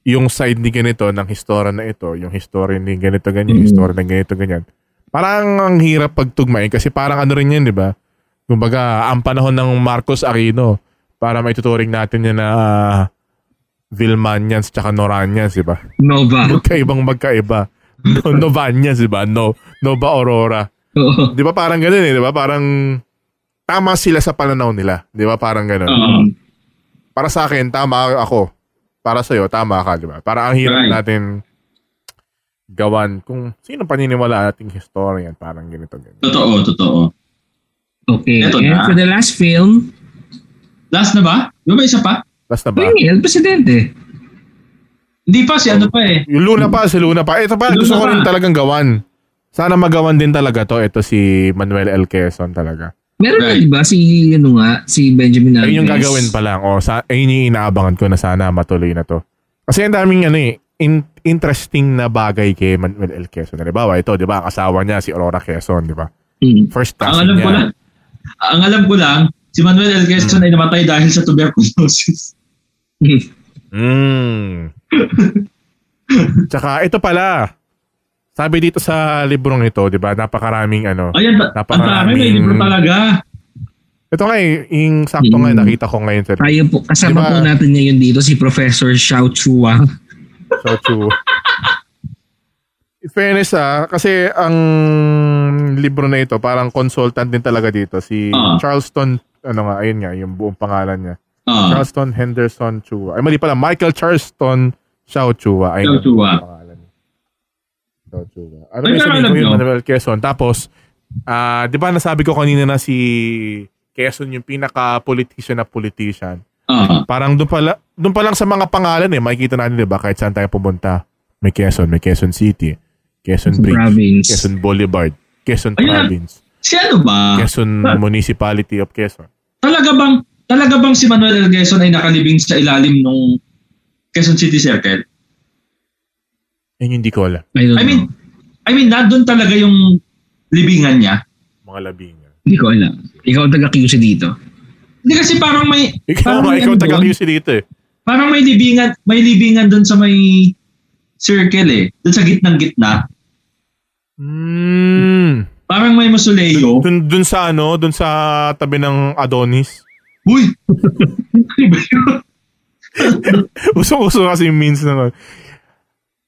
Speaker 2: yung side ni ganito ng historya na ito, yung historya ni ganito ganyan,
Speaker 1: Mm.
Speaker 2: historya na ganito ganyan. Parang ang hirap pagtugmain kasi parang ano rin yan, di ba? Kumbaga, ang panahon ng Marcos Aquino, para may tuturing natin yan na ah, Vilmanians tsaka Noranians, di ba?
Speaker 1: Nova.
Speaker 2: Magkaibang magkaiba. No, Novanians, di ba? No, Nova Aurora.
Speaker 1: Oo.
Speaker 2: Di ba parang ganun eh, di ba? Parang tama sila sa pananaw nila. Di ba parang ganun.
Speaker 3: oo.
Speaker 2: Para sa akin, tama ako. Para sa'yo, tama ka, di ba? Para ang hirap
Speaker 3: Right.
Speaker 2: natin gawan kung sino paniniwala ating historian parang ganito ganito.
Speaker 3: totoo, totoo.
Speaker 1: Okay.
Speaker 3: Eto
Speaker 1: And
Speaker 3: na.
Speaker 1: for the last film,
Speaker 3: Last na ba? Di ba may isa pa?
Speaker 2: Basta ba?
Speaker 1: Uy, El Presidente.
Speaker 3: Hindi pa, si ano pa eh.
Speaker 2: Yung Luna pa, si Luna pa. Ito pa,
Speaker 3: Luna
Speaker 2: gusto ko
Speaker 3: pa.
Speaker 2: rin talagang gawan. Sana magawan din talaga to. Ito si Manuel L. Quezon talaga.
Speaker 1: Meron na, di
Speaker 3: Right.
Speaker 1: ba? Si, ano nga, si Benjamin Alves.
Speaker 2: Ayun yung gagawin pa lang. O, sa, ayun yung inaabangan ko na sana matuloy na to. Kasi ang daming ano eh, in- interesting na bagay kay Manuel L. Quezon. Halimbawa, ito, di ba? Ang asawa niya, si Aurora Quezon, di ba?
Speaker 1: Hmm.
Speaker 2: First
Speaker 3: Ang
Speaker 2: cousin
Speaker 3: alam
Speaker 2: niya. Hmm.
Speaker 3: ko lang, ang alam ko lang, si Manuel L. Quezon ay namatay dahil sa tuberculosis.
Speaker 2: Mm. Tsaka, ito pala. Sabi dito sa librong ito, di ba? Napakaraming ano.
Speaker 3: Ayan, ba- ang dami, may
Speaker 2: Napakaraming-
Speaker 3: libro talaga.
Speaker 2: Ito nga eh, yung sakto
Speaker 3: Hmm.
Speaker 2: nga
Speaker 1: Mm.
Speaker 2: nakita ko ngayon. Sir.
Speaker 1: Tayo po, kasama
Speaker 2: Di ba?
Speaker 1: po natin ngayon dito si Professor Xiao Chua.
Speaker 2: So true. In fairness ah, kasi ang libro na ito, parang consultant din talaga dito. Si
Speaker 3: Ah.
Speaker 2: Charleston, ano nga, ayun nga, yung buong pangalan niya.
Speaker 3: Ah,
Speaker 2: Charleston Henderson Chua. Ay, mali pala, Michael Charleston Xiao Chua. Ayun
Speaker 3: Xiao Chua.
Speaker 2: ang pangalan niya. Xiao Chua. Ano
Speaker 3: Ay,
Speaker 2: yung sabihin
Speaker 3: alam
Speaker 2: ko yun,
Speaker 3: nyo.
Speaker 2: Manuel Quezon? Tapos, ah, di ba nasabi ko kanina na si Quezon yung pinaka-politician na politician.
Speaker 3: ah,
Speaker 2: Parang doon pala, doon pa lang sa mga pangalan eh, makikita natin 'di ba kahit saan tayo pumunta. May Quezon, may Quezon City, Quezon Bridge,
Speaker 1: Province.
Speaker 2: Quezon Boulevard, Quezon
Speaker 3: Ayun na.
Speaker 2: Province,
Speaker 3: si ano ba?
Speaker 2: Quezon
Speaker 3: Ah.
Speaker 2: Municipality of Quezon.
Speaker 3: Talaga bang, talaga bang si Manuel L. Quezon ay nakalibing sa ilalim ng Quezon City Circle?
Speaker 2: Yun yung hindi ko alam.
Speaker 1: I don't
Speaker 3: I mean,
Speaker 1: know.
Speaker 3: I mean, nandun talaga yung libingan niya.
Speaker 2: Mga labing niya.
Speaker 1: Hindi ko alam. Ikaw ang taga-QC dito.
Speaker 3: Hindi kasi parang may,
Speaker 2: Ikaw
Speaker 3: Parang
Speaker 2: nga, ikaw
Speaker 3: yun
Speaker 2: taga
Speaker 3: doon.
Speaker 2: QC dito eh.
Speaker 3: parang may libingan, may libingan dun sa may circle eh. Dun sa gitnang gitna.
Speaker 2: Mm.
Speaker 3: Parang may mausoleo.
Speaker 2: Dun, dun sa ano, dun sa tabi ng Adonis.
Speaker 3: Uy! Iba yun.
Speaker 2: Usong-uso kasi yung means na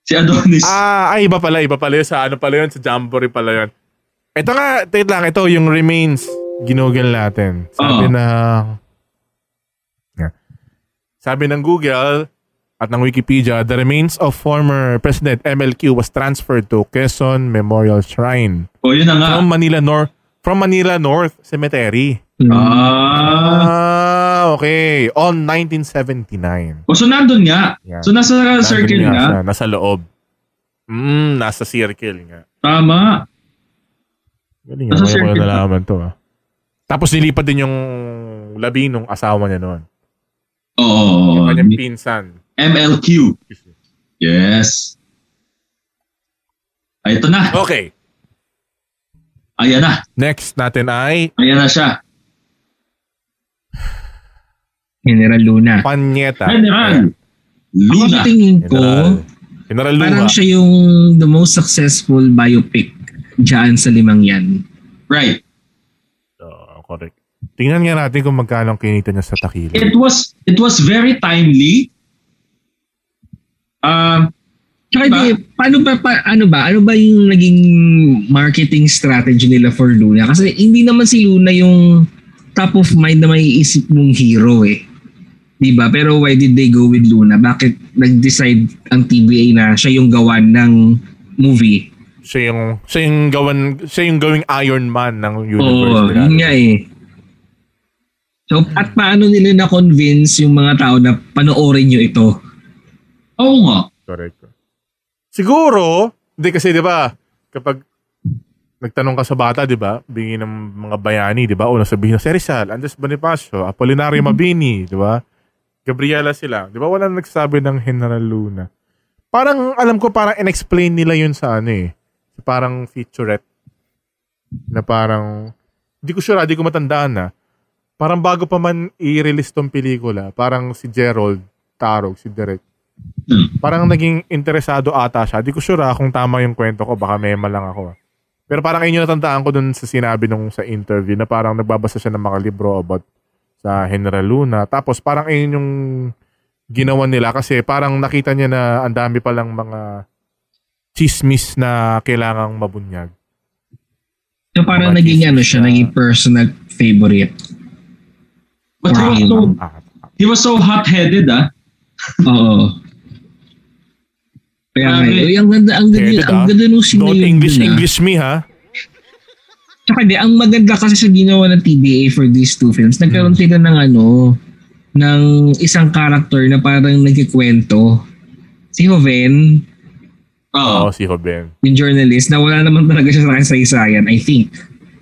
Speaker 3: si Adonis.
Speaker 2: Ah, ay, iba pala, iba pala yun. Sa ano pala yun, sa Jamboree pala yun. Ito nga, tit lang, ito yung remains. Ginugol natin. Sabi
Speaker 3: Oo.
Speaker 2: ng... Yeah. Sabi ng Google at ng Wikipedia, the remains of former President MLQ was transferred to Quezon Memorial Shrine
Speaker 3: o yun na nga.
Speaker 2: from Manila North from Manila North Cemetery.
Speaker 1: Hmm.
Speaker 3: Ah.
Speaker 2: Ah, okay. On 1979.
Speaker 3: O so nandun nga.
Speaker 2: Yeah.
Speaker 3: So nasa
Speaker 2: Nandun
Speaker 3: circle
Speaker 2: nga
Speaker 3: nga.
Speaker 2: siya, Nasa loob. Mm, nasa circle nga.
Speaker 3: Tama.
Speaker 2: Galing Nasa
Speaker 3: Nasa
Speaker 2: circuit.
Speaker 3: circuit
Speaker 2: Ko nalaman to ah. Tapos nilipat din yung labi nung asawa niya noon.
Speaker 3: Oo.
Speaker 1: Oh,
Speaker 2: yung kanyang pinsan.
Speaker 3: MLQ. Yes. Ay, ito na.
Speaker 2: Okay.
Speaker 3: Ayan na.
Speaker 2: Next natin ay
Speaker 3: Ayan na siya.
Speaker 1: General Luna.
Speaker 2: Panyeta.
Speaker 3: General.
Speaker 1: Ako
Speaker 3: Luna.
Speaker 1: sa tingin ko,
Speaker 2: General. General Luma.
Speaker 1: parang siya yung the most successful biopic dyan sa limang yan.
Speaker 3: Right.
Speaker 2: Oo, correct. Tingnan nga natin kung magkano ang kinita niya sa takilo.
Speaker 3: it was it was very timely. Um,
Speaker 1: Tsaka
Speaker 3: Diba?
Speaker 1: di, paano ba, pa, ano ba, ano ba yung naging marketing strategy nila for Luna? Kasi hindi naman si Luna yung top of mind na may isip mong hero eh. Diba? Pero why did they go with Luna? Bakit nag-decide ang TBA na siya yung gawan ng movie?
Speaker 2: Siya yung siya yung gawan siya yung gawing Iron Man ng universe.
Speaker 1: Oo,
Speaker 2: nila.
Speaker 1: yun nga eh. So, at paano nila na-convince yung mga tao na panoorin nyo ito?
Speaker 3: oo nga.
Speaker 2: Correct. Siguro, hindi kasi 'di ba, kapag nagtanong ka sa bata, 'di ba, bingi ng mga bayani, 'di ba? O nasabihin na si Rizal, Andres Bonifacio, Apolinario Mabini, 'di ba? Gabriela sila, 'di ba? Walang nagsabi ng General Luna. Parang alam ko parang inexplain nila 'yun sa ano eh. Sa Parang featurette na parang hindi ko sure, hindi ko matandaan na. Parang bago pa man i-release tong pelikula, parang si Gerald Tarog, si Direk, parang naging interesado ata siya. Di ko sure ah, kung tama yung kwento ko. Baka mema lang ako. ah. Pero parang ayun yung natandaan ko dun sa sinabi nung sa interview na parang nagbabasa siya ng mga libro about sa General Luna. Tapos parang ayun yung ginawa nila kasi parang nakita niya na ang dami palang mga chismis na kailangang mabunyag.
Speaker 1: So, parang
Speaker 2: Mga
Speaker 1: naging ano
Speaker 2: chismis
Speaker 1: siya,
Speaker 2: na-
Speaker 1: naging personal favorite.
Speaker 3: But he was so
Speaker 1: Wow.
Speaker 2: Ah,
Speaker 3: he was so hot-headed ah.
Speaker 1: Oo. Kaya nga, eh.
Speaker 3: Grabe.
Speaker 1: uy, ang ganda, ang ganda,
Speaker 2: Headed,
Speaker 1: ang
Speaker 2: ah.
Speaker 1: ganda nung scene na
Speaker 2: Don't
Speaker 1: yun
Speaker 2: English
Speaker 1: dun, ah.
Speaker 2: English me ha.
Speaker 1: Tsaka di, ang maganda kasi sa ginawa ng TBA for these two films,
Speaker 2: Mm.
Speaker 1: nagkaroon sila ng ano, ng isang character na parang nagkikwento. Si Hoven,
Speaker 3: Oo.
Speaker 1: Ah.
Speaker 3: Oh,
Speaker 2: Oo, si Hoben.
Speaker 1: yung journalist na wala naman talaga siya sa kasaysayan, I think.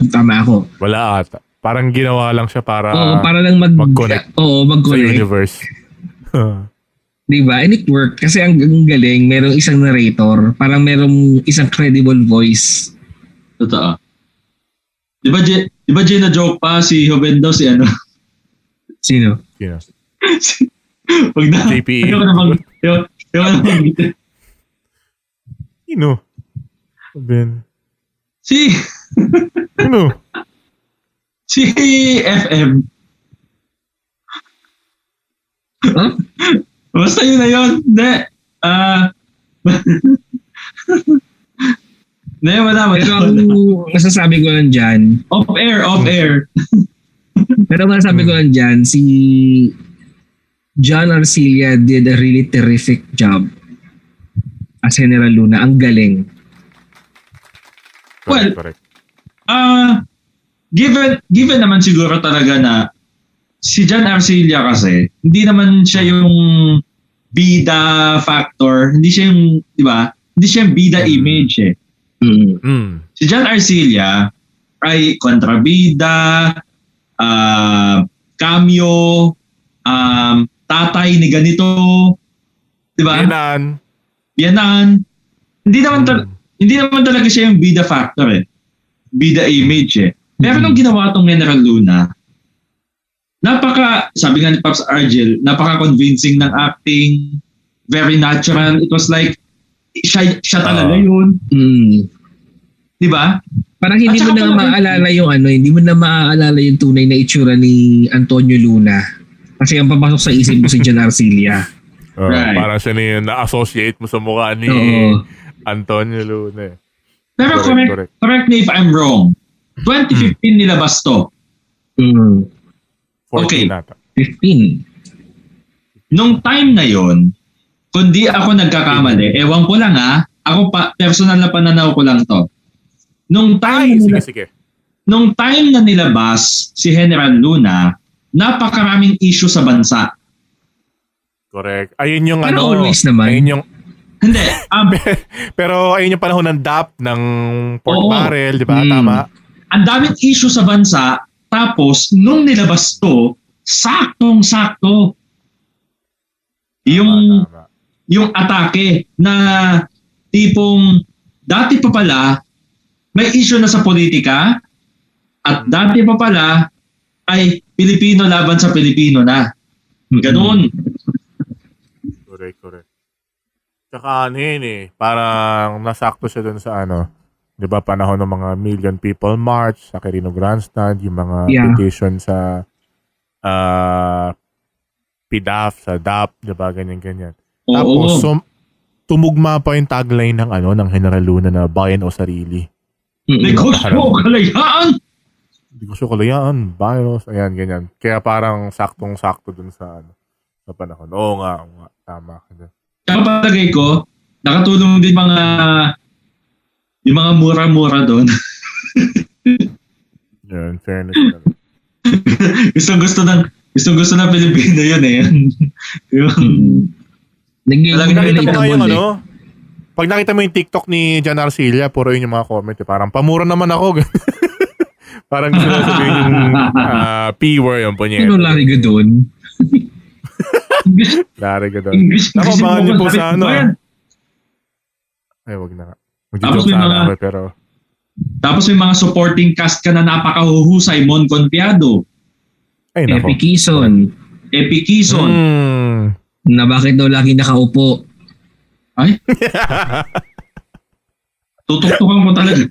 Speaker 1: Kung Tama ako.
Speaker 2: Wala ata. Parang ginawa lang siya para
Speaker 1: oo, para lang mag-
Speaker 2: Ah, mag-connect.
Speaker 1: Oo,
Speaker 2: sa
Speaker 1: mag-connect.
Speaker 2: universe.
Speaker 1: Diba? And it worked. Kasi ang, ang galing, merong isang narrator. Parang merong isang credible voice.
Speaker 3: Totoo. Di ba, J- di ba Gina joke pa si Joven daw si ano?
Speaker 1: Sino?
Speaker 2: you know.
Speaker 3: Pag na,
Speaker 2: JPE.
Speaker 3: Ayoko na mag... ayoko- ayoko na mag-
Speaker 2: You know. Then,
Speaker 3: si,
Speaker 2: you know.
Speaker 3: si FM.
Speaker 1: Huh?
Speaker 3: Basta yun na yun. Hindi. Ah... Hindi, wala, wala,
Speaker 1: Pero ang
Speaker 3: wala.
Speaker 1: masasabi ko lang dyan,
Speaker 3: Off air, off air.
Speaker 1: Pero masasabi ko lang dyan, si John Arcilia did a really terrific job as General Luna. Ang galing.
Speaker 2: Correct,
Speaker 3: Well,
Speaker 2: correct.
Speaker 3: Ah, given given naman siguro talaga na si John Arcilla kasi, hindi naman siya yung bida factor, hindi siya yung, di ba? Hindi siya yung bida image eh.
Speaker 2: Mm.
Speaker 3: Si John Arcilla ay kontrabida, ah, cameo, um, tatay ni ganito, di
Speaker 1: Diba?
Speaker 3: ba?
Speaker 2: Yanan.
Speaker 3: Yanan. Hindi naman tal-
Speaker 2: Hmm. Mm.
Speaker 3: hindi naman talaga siya yung bida factor eh. Bida image eh. Pero nung ginawa tong General Luna, napaka, sabi nga ni Pops Argel, napaka-convincing ng acting, very natural. It was like, siya, siya talaga
Speaker 2: Ah.
Speaker 3: yun.
Speaker 1: Mm.
Speaker 3: Di ba?
Speaker 1: Parang hindi
Speaker 3: At
Speaker 1: mo na
Speaker 3: saka
Speaker 1: nga
Speaker 3: pala-
Speaker 1: maaalala yung ano, hindi mo na maaalala yung tunay na itsura ni Antonio Luna. Kasi ang papasok sa isip mo si John Arcilia.
Speaker 2: Oh,
Speaker 3: Right.
Speaker 2: Parang siya na yun, na-associate mo sa mukha ni
Speaker 1: Oo.
Speaker 2: Antonio Luna. eh.
Speaker 3: Pero
Speaker 2: Correct,
Speaker 3: correct,
Speaker 2: correct.
Speaker 3: correct, me if I'm wrong. 2015 nilabas to.
Speaker 1: Mm.
Speaker 2: 14
Speaker 3: Okay.
Speaker 2: Nata.
Speaker 1: 15.
Speaker 3: Nung time na yon, kundi ako nagkakamali, ewan ko lang ha, ako pa, personal na pananaw ko lang to. Nung
Speaker 1: Ano
Speaker 3: time,
Speaker 2: Ay, sige,
Speaker 3: na nila-
Speaker 2: sige.
Speaker 3: nung time na nilabas si General Luna, napakaraming issue sa bansa.
Speaker 2: Correct. Ayun yung
Speaker 1: Pero
Speaker 2: ano.
Speaker 1: always naman.
Speaker 2: Ayun yung,
Speaker 3: Hindi, um,
Speaker 2: pero ayun yung panahon ng DAP, ng pork
Speaker 3: Oo.
Speaker 2: barrel, di ba?
Speaker 1: Mm.
Speaker 2: Tama.
Speaker 3: ang daming issue sa bansa, tapos nung nilabas to, saktong-sakto. Yung
Speaker 2: Tama, tama.
Speaker 3: yung atake na tipong dati pa pala may issue na sa politika at
Speaker 2: Mm.
Speaker 3: dati pa pala ay Pilipino laban sa Pilipino na. Ganun.
Speaker 2: Mm. Correct, correct. Tsaka ano yun eh, parang nasakto siya dun sa ano, di ba panahon ng mga Million People March, sa Quirino Grandstand, yung mga
Speaker 1: Yeah.
Speaker 2: petition sa ah PDAF, sa DAP, di ba, ganyan-ganyan. Tapos,
Speaker 3: Oo.
Speaker 2: sum- tumugma pa yung tagline ng ano, ng General Luna na bayan o sarili.
Speaker 1: Mm-mm.
Speaker 3: Negosyo, kalayaan!
Speaker 2: Hindi ko siya kalayaan, bayan o, ayan, ganyan. Kaya parang saktong-sakto dun sa ano, sa panahon. Oo nga, oo nga tama ka dun.
Speaker 3: Tsaka palagay ko, nakatulong din mga yung mga mura-mura doon.
Speaker 2: Yeah, in fairness. talaga.
Speaker 3: gustong gusto ng gustong gusto ng Pilipino yun eh. yung,
Speaker 2: Mm.
Speaker 1: Naging
Speaker 3: Alam,
Speaker 2: Pag nakita mo nga yung
Speaker 1: relatable
Speaker 2: ano,
Speaker 1: eh.
Speaker 2: pag nakita mo yung TikTok ni Jan Arcilla, puro yun yung mga comment. Eh. Parang pamura naman ako. parang gusto na sabihin yung ah, P-word yung punyet.
Speaker 1: Sino lari ka doon?
Speaker 2: Lari ka daw.
Speaker 3: English
Speaker 2: Ako,
Speaker 3: kasi
Speaker 2: baka
Speaker 3: mo-
Speaker 2: niyo po sa ano,
Speaker 3: Ayan.
Speaker 2: Ay, wag na nga.
Speaker 3: Tapos
Speaker 2: Magjo-joke
Speaker 3: may
Speaker 2: sana
Speaker 3: mga-
Speaker 2: ako, pero
Speaker 3: Tapos may mga supporting cast ka na napakahuhusay. Mon Confiado,
Speaker 2: ay nako.
Speaker 1: Epi Kison.
Speaker 3: Epi Kison.
Speaker 2: Hmm.
Speaker 1: Na bakit daw lagi nakaupo?
Speaker 3: Ay, tutuktukan ko talaga.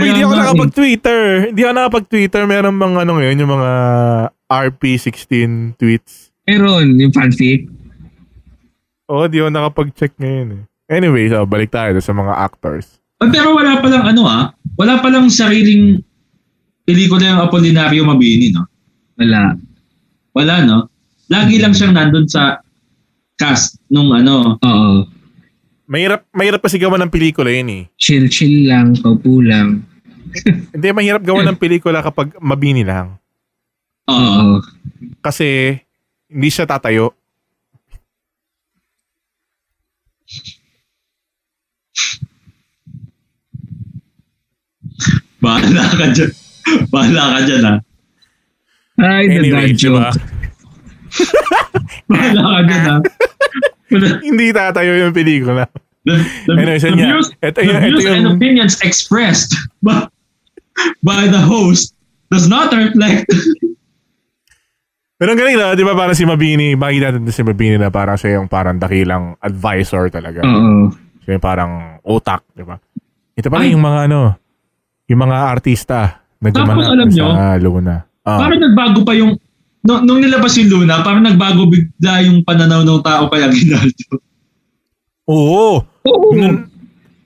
Speaker 2: Uy, hindi ako
Speaker 3: nga, eh.
Speaker 2: nakapag-Twitter. Hindi ako nakapag-Twitter. Meron mga ano ngayon, yung mga RP16 tweets.
Speaker 1: Meron, yung fanfic.
Speaker 2: Oo, di ako nakapag-check ngayon eh. Anyway, so, balik tayo sa mga actors.
Speaker 3: eh. Ay, Pero wala palang ano ah, wala palang sariling pelikula yung Apolinario Mabini, no?
Speaker 1: Wala.
Speaker 3: Wala, no? Lagi lang siyang nandun sa cast nung ano.
Speaker 1: Oo.
Speaker 2: Mahirap, mahirap kasi gawa ng pelikula yun eh.
Speaker 1: Chill-chill lang, paupo lang.
Speaker 2: Hindi, mahirap gawa
Speaker 3: Mm.
Speaker 2: ng pelikula kapag mabini lang.
Speaker 3: Oo.
Speaker 1: Oo.
Speaker 2: Kasi, hindi siya tatayo.
Speaker 3: Bahala ka dyan. Bahala ka dyan ah. ha.
Speaker 1: Ay, the dad
Speaker 2: Anyway, diba? di ba?
Speaker 1: joke.
Speaker 3: Bahala ka dyan ah. ha.
Speaker 2: Hindi tatayo yung pelikula.
Speaker 3: The, the,
Speaker 2: Anyways,
Speaker 3: the
Speaker 2: yun nga.
Speaker 3: views,
Speaker 2: Ano, Ito
Speaker 3: the
Speaker 2: yun, ito
Speaker 3: views and
Speaker 2: yung-
Speaker 3: opinions expressed by, by the host does not reflect
Speaker 2: Pero ang galing na, di ba parang si Mabini, makikita natin si Mabini na parang siya yung parang dakilang advisor talaga.
Speaker 3: Mm.
Speaker 1: Oo.
Speaker 2: Siya yung parang otak, di ba? Ito pala
Speaker 3: Ay.
Speaker 2: yung mga ano, yung mga artista na
Speaker 3: Tapos
Speaker 2: gumanap
Speaker 3: alam
Speaker 2: sa
Speaker 3: nyo,
Speaker 2: Luna. Ah,
Speaker 3: Parang nagbago pa yung nung, nung nilabas yung Luna, parang nagbago bigla yung pananaw ng tao kay Aguinaldo.
Speaker 2: oo!
Speaker 1: Oo.
Speaker 2: Nun-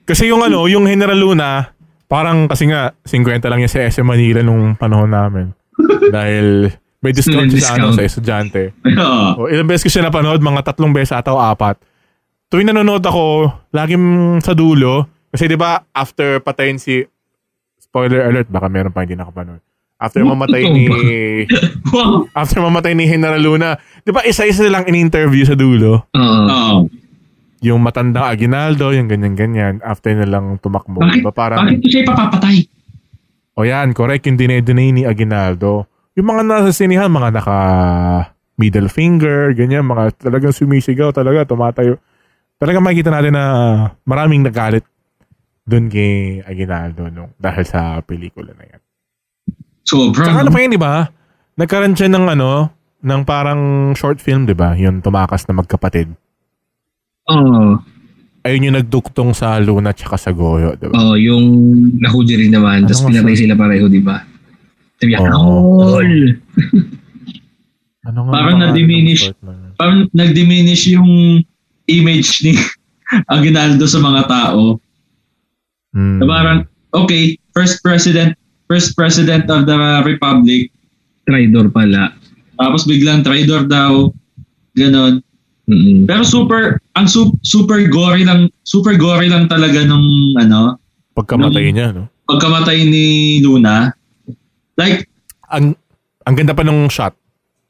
Speaker 2: kasi yung ano, yung General Luna, parang kasi nga, 50 lang yan sa SM Manila nung panahon namin. Dahil may discount
Speaker 1: May
Speaker 2: siya sa, ano,
Speaker 1: discount.
Speaker 2: sa estudyante.
Speaker 3: Oo.
Speaker 2: O, ilang beses ko siya napanood, mga tatlong beses ata o apat. Tuwing nanonood ako, laging sa dulo. Kasi di ba after patayin si... Spoiler alert, baka meron pa hindi nakapanood. After mamatay ni...
Speaker 3: Wow.
Speaker 2: after mamatay ni General Luna, di ba isa-isa lang in-interview sa dulo?
Speaker 1: Oo.
Speaker 3: Oo.
Speaker 2: Yung matandang Aguinaldo, yung ganyan-ganyan. After na lang tumakbo.
Speaker 3: Bakit,
Speaker 2: Di ba diba parang...
Speaker 3: bakit ko siya ipapapatay?
Speaker 2: O yan, correct yung dinay-dinay ni Aguinaldo. Yung mga nasa sinihan, mga naka middle finger, ganyan, mga talagang sumisigaw talaga, tumatayo. Talagang makikita natin na maraming nagalit dun kay Aguinaldo nung, dahil sa pelikula na yan.
Speaker 3: Sobrang.
Speaker 2: Saka ano pa yun, di ba? Nagkaroon siya ng ano, ng parang short film, di ba? Yung tumakas na magkapatid.
Speaker 1: Oo.
Speaker 2: Ayun yung nagduktong sa Luna tsaka sa Goyo, diba? di ba?
Speaker 1: Oo, yung nahudyo rin naman.
Speaker 2: Ano
Speaker 1: Tapos
Speaker 2: nga
Speaker 1: pinatay sila pareho, diba? di ba? Tiyak na
Speaker 2: Oo.
Speaker 1: all.
Speaker 2: Ano nga
Speaker 3: Parang
Speaker 2: yung pangalan ng
Speaker 3: na-diminish.
Speaker 2: short na yun?
Speaker 3: Parang nag-diminish yung image ni Aguinaldo sa mga tao.
Speaker 2: Mm.
Speaker 3: Na Parang, okay, first president, first president of the republic,
Speaker 1: Traidor pala.
Speaker 3: tapos biglang traitor daw, ganon.
Speaker 1: Mm-mm.
Speaker 3: Pero super, ang su- super gory lang, super gory lang talaga nung, ano,
Speaker 2: Pagkamatay niya, no?
Speaker 3: pagkamatay ni Luna, like,
Speaker 2: ang ang ganda pa nung shot.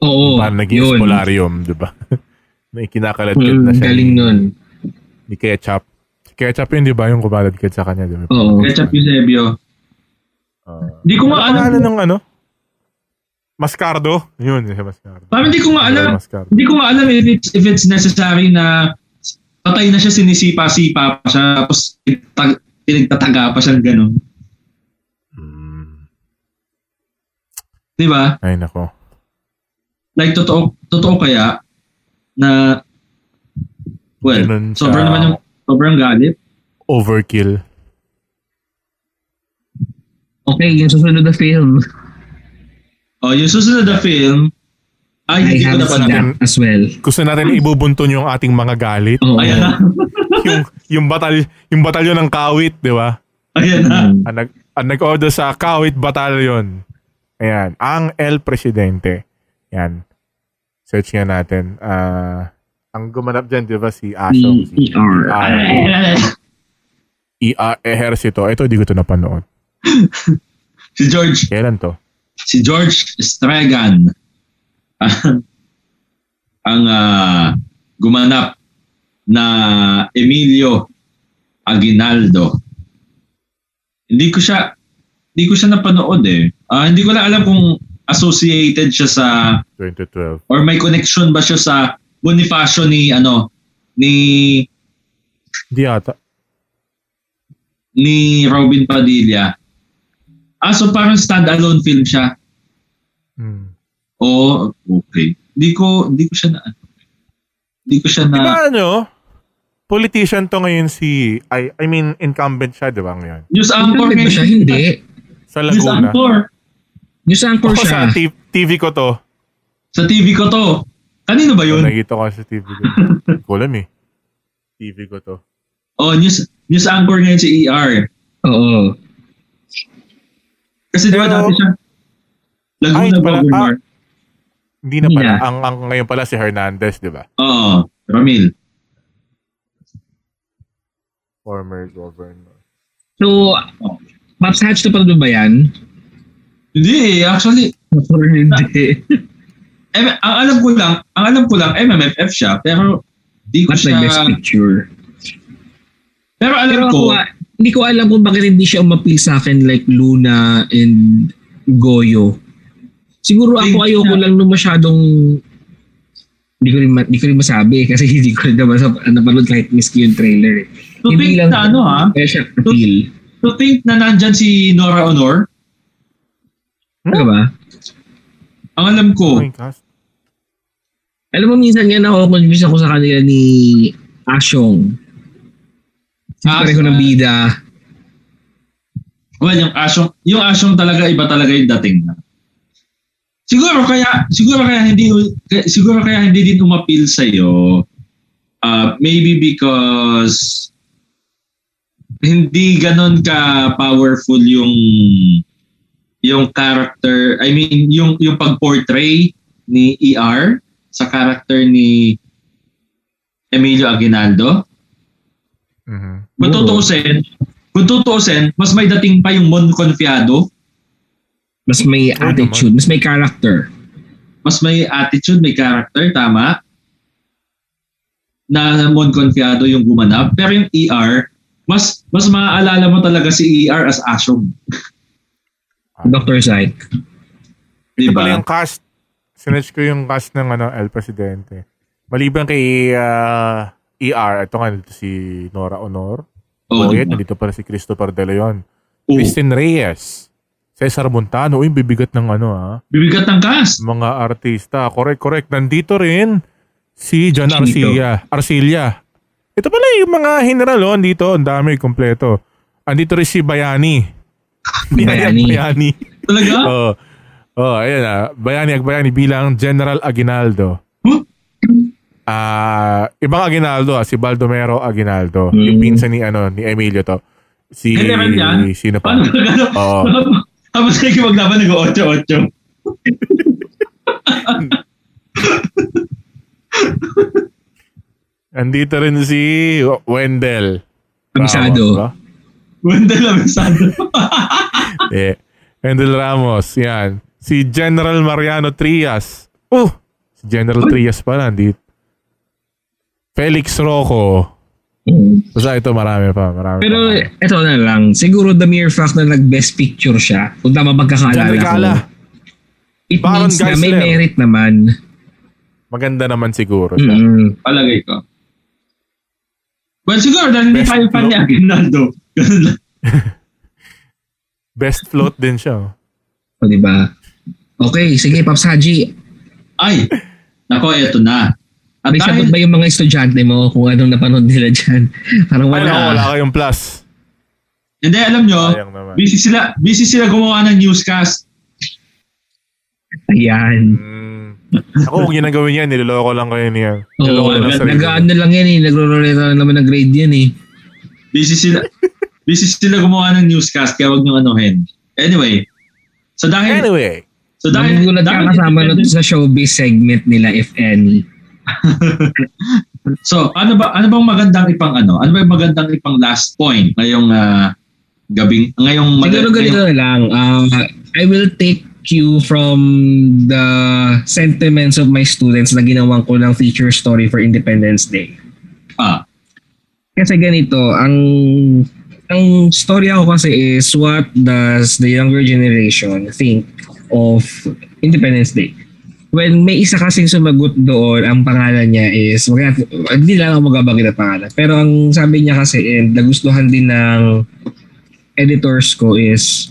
Speaker 3: Oh,
Speaker 1: Oo.
Speaker 2: parang naging
Speaker 1: yun.
Speaker 2: spolarium, di ba? May kinakaladkad na
Speaker 1: Mm,
Speaker 2: siya.
Speaker 1: galing
Speaker 2: ni-
Speaker 1: nun.
Speaker 2: Ni Ketchup. Si Ketchup yun, di ba? Yung kumaladkad sa kanya. Di ba?
Speaker 1: Oo.
Speaker 3: Oh, Ketchup Eusebio.
Speaker 2: Ah.
Speaker 3: Di ko nga
Speaker 2: Ano
Speaker 3: alam.
Speaker 2: ng ano? Mascardo? Yun, si Mascardo.
Speaker 3: Parang di ko nga alam.
Speaker 2: Mascardo.
Speaker 3: Hindi ko nga alam if it's, if it's necessary na patay na siya, sinisipa-sipa pa siya, tapos tinagtag- tinagtataga pa siya, ganun.
Speaker 2: Hmm.
Speaker 3: Di ba?
Speaker 2: Ay, nako.
Speaker 3: Like, totoo, totoo kaya na, well,
Speaker 2: Ganun siya.
Speaker 3: sobrang naman yung, sobrang galit.
Speaker 2: Overkill.
Speaker 1: Okay, yung susunod na film.
Speaker 3: Oh, yung susunod na film,
Speaker 1: I
Speaker 3: ay, hindi ko
Speaker 1: have
Speaker 3: na
Speaker 1: seen
Speaker 3: pala.
Speaker 1: that as well.
Speaker 2: Gusto natin ibubuntun yung ating mga galit.
Speaker 1: Oo.
Speaker 3: Ayan na.
Speaker 2: yung, yung, batal, yung batalyon ng kawit, di ba?
Speaker 3: Ayan na.
Speaker 1: Mm.
Speaker 2: ang, nag, ang nag-order sa Kawit Battalion. Ayan. Ang El Presidente. Ayan. Search nga natin. Ah, ang gumanap dyan, di ba, si
Speaker 1: Mm. E
Speaker 2: Ashong. Si
Speaker 1: E-E-R-I.
Speaker 3: Hmm.
Speaker 2: E.R. Ejercito. Ito, di ko ito napanood.
Speaker 3: si George
Speaker 2: Kailan to?
Speaker 3: si George Stregan ang ang, ah, gumanap na Emilio Aguinaldo. Hindi ko siya hindi ko siya napanood eh. Ah, hindi ko lang alam kung associated siya sa
Speaker 2: 2012.
Speaker 3: or may connection ba siya sa Bonifacio ni ano ni
Speaker 2: Hindi ata.
Speaker 3: ni Robin Padilla. Ah, so parang standalone film siya.
Speaker 2: Hmm.
Speaker 3: Oo, okay. Hindi ko, hindi ko siya na, hindi ko siya na,
Speaker 2: Di ba ano? Politician to ngayon si, I, I mean, incumbent siya, di ba ngayon?
Speaker 3: news anchor
Speaker 1: Hindi ba siya?
Speaker 3: ngayon.
Speaker 1: Hindi.
Speaker 2: Sa
Speaker 3: News
Speaker 2: Laguna.
Speaker 3: anchor.
Speaker 1: News anchor
Speaker 2: Ako sa
Speaker 1: siya.
Speaker 2: t- TV ko to.
Speaker 3: Sa TV ko to. Kanino ba
Speaker 2: Yun.
Speaker 3: yun?
Speaker 2: Nakikita ko sa TV ko. Hindi ko alam eh. TV ko to.
Speaker 3: Oh, news, news anchor ngayon si ER.
Speaker 1: Oo.
Speaker 3: Kasi di ba
Speaker 2: Pero-
Speaker 3: dati siya,
Speaker 2: Ay,
Speaker 3: Laguna
Speaker 2: pala- ah.
Speaker 3: Governor.
Speaker 2: Hindi na
Speaker 1: Hindi
Speaker 2: pala.
Speaker 1: na.
Speaker 2: Ang, ang ngayon pala si Hernandez, di ba?
Speaker 3: Oo, Ramil.
Speaker 2: former governor.
Speaker 1: So, Pops Hatch na pala ba yan?
Speaker 3: Hindi, eh, actually,
Speaker 1: Or hindi?
Speaker 3: M- ang alam ko lang, ang alam ko lang, MMFF siya, pero di ko
Speaker 1: Not my
Speaker 3: siya,
Speaker 1: best picture.
Speaker 3: pero alam
Speaker 1: Pero
Speaker 3: ko,
Speaker 1: ako, ah, hindi ko alam kung bakit hindi siya umapil sa akin like Luna and Goyo. Siguro ako
Speaker 3: Ay,
Speaker 1: ayoko
Speaker 3: na-
Speaker 1: lang nung masyadong hindi ko rin, ma- hindi ko rin masabi kasi hindi ko rin naman sa, napanood kahit miski yung trailer. eh.
Speaker 3: To
Speaker 1: hindi
Speaker 3: think na ano ha, Hmm?
Speaker 1: Kaya siya appeal.
Speaker 3: to think na nandyan si Nora Honor,
Speaker 1: Ano ba?
Speaker 3: ang alam ko,
Speaker 2: Yung Oh, cast.
Speaker 1: Alam mo minsan nga nako-confuse ako sa kanila ni Ashong. Si
Speaker 3: Ah,
Speaker 1: pareho
Speaker 3: sa-
Speaker 1: ng bida.
Speaker 3: well, yung asyong, yung asyong talaga, iba talaga yung dating na. Siguro kaya, siguro kaya hindi, kaya- siguro kaya hindi din umapil sa'yo, uh, maybe because hindi ganon ka powerful yung yung character, I mean, yung, yung pag-portray ni ER sa character ni Emilio Aguinaldo.
Speaker 2: Mhm.
Speaker 3: Kung
Speaker 1: Oo.
Speaker 3: tutuusin, kung tutuusin, mas may dating pa yung Mon Confiado,
Speaker 1: Mas may
Speaker 2: Oo
Speaker 1: attitude, mas may character.
Speaker 3: mas may attitude, may character, tama? Na Mon Confiado yung gumanap. Pero yung ER, mas mas maaalala mo talaga si ER as Ashong.
Speaker 1: Dr. Psych.
Speaker 3: Di
Speaker 2: Ito pala
Speaker 3: ba?
Speaker 2: yung cast. Sinerge ko yung cast ng ano, El Presidente. Maliban kay ah, ER, ito nga nandito si Nora Honor. Oh,
Speaker 3: Oo, di
Speaker 2: yun,
Speaker 3: ba? Oh.
Speaker 2: nandito pala si Christopher De Leon.
Speaker 3: Oo.
Speaker 2: Kristen Reyes. Cesar Montano. Uy, bibigat ng ano ha.
Speaker 3: Bibigat ng cast.
Speaker 2: Mga artista. Correct, correct. Nandito rin si John
Speaker 1: Chito.
Speaker 2: Arcilla. Arcilla. Ito pala yung mga general oh, dito. Ang dami, kompleto. Andito rin si Bayani.
Speaker 1: Ah, Bayani.
Speaker 2: Bayani.
Speaker 3: Talaga?
Speaker 2: Oo. Oh, ayan ah. Bayani Agbayani bilang General Aguinaldo.
Speaker 3: Huh?
Speaker 2: Ah, ibang Aguinaldo ah, si Baldomero Aguinaldo.
Speaker 1: Hmm.
Speaker 2: Yung pinsan ni ano ni Emilio to. Si
Speaker 3: General yan?
Speaker 2: sino pa? Oh.
Speaker 3: Paano talaga?
Speaker 2: Oo.
Speaker 3: Tapos kayo maglaban nag-8-8.
Speaker 2: Andito rin si Wendell. Ramos,
Speaker 1: Abisado.
Speaker 2: ba?
Speaker 3: Wendell Lamesado.
Speaker 2: Eh, Wendell Ramos, yan. Si General Mariano Trias. Oh, si General Trias pala andito. Felix Rocco.
Speaker 1: Mm.
Speaker 2: Basta ito marami pa, marami
Speaker 1: Pero eh,
Speaker 2: pa.
Speaker 1: eto na lang, siguro the mere fact na nag-best picture siya, kung tama
Speaker 2: John
Speaker 1: magkakaalala ko,
Speaker 2: Regala.
Speaker 1: it
Speaker 2: Baron
Speaker 1: means na may
Speaker 2: Geisler.
Speaker 1: merit naman.
Speaker 2: Maganda naman siguro siya.
Speaker 1: Mm.
Speaker 3: Palagay ko. Well, siguro dahil hindi
Speaker 2: Best
Speaker 3: tayo fan
Speaker 2: look.
Speaker 3: ni Aguinaldo. Ganun lang.
Speaker 2: Best float din siya. oh.
Speaker 1: O di ba? Okay, sige Pops Haji.
Speaker 3: Ay, nako, eto na. At
Speaker 1: May sagot
Speaker 3: dahil,
Speaker 1: ba yung mga estudyante mo kung anong napanood nila dyan? Parang wala.
Speaker 2: Wala, oh,
Speaker 1: Ah.
Speaker 2: wala kayong plus.
Speaker 3: hindi, alam nyo,
Speaker 2: Sayang naman.
Speaker 3: busy sila, busy sila gumawa ng newscast.
Speaker 1: Ayan.
Speaker 2: Mm. Ako, huwag yun ang gawin yan. Niloloko lang kayo niya.
Speaker 1: Oo,
Speaker 2: Niloloko lang
Speaker 1: nag-
Speaker 2: sarili.
Speaker 1: nag-ano lang yan eh. Nagro-roleta lang naman ng grade yan eh.
Speaker 3: Busy sila, busy sila gumawa ng newscast, kaya huwag nyo anuhin. Anyway, so dahil,
Speaker 2: Anyway,
Speaker 3: so dahil,
Speaker 1: Nagugulat ka kasama na to sa showbiz segment nila if any.
Speaker 3: So, ano ba ano bang magandang ipang ano? Ano ba yung magandang ipang last point ngayong ah, gabing ngayong
Speaker 1: Siguro ganito na
Speaker 3: ngayong-
Speaker 1: lang. ah, I will take cue from the sentiments of my students na ginawang ko ng feature story for Independence Day.
Speaker 3: ah,
Speaker 1: Kasi ganito, ang ang story ko kasi is what does the younger generation think of Independence Day? When may isa kasing sumagot doon, ang pangalan niya is, wag natin- hindi lang ako magabagin ang pangalan. Pero ang sabi niya kasi, and nagustuhan din ng editors ko is,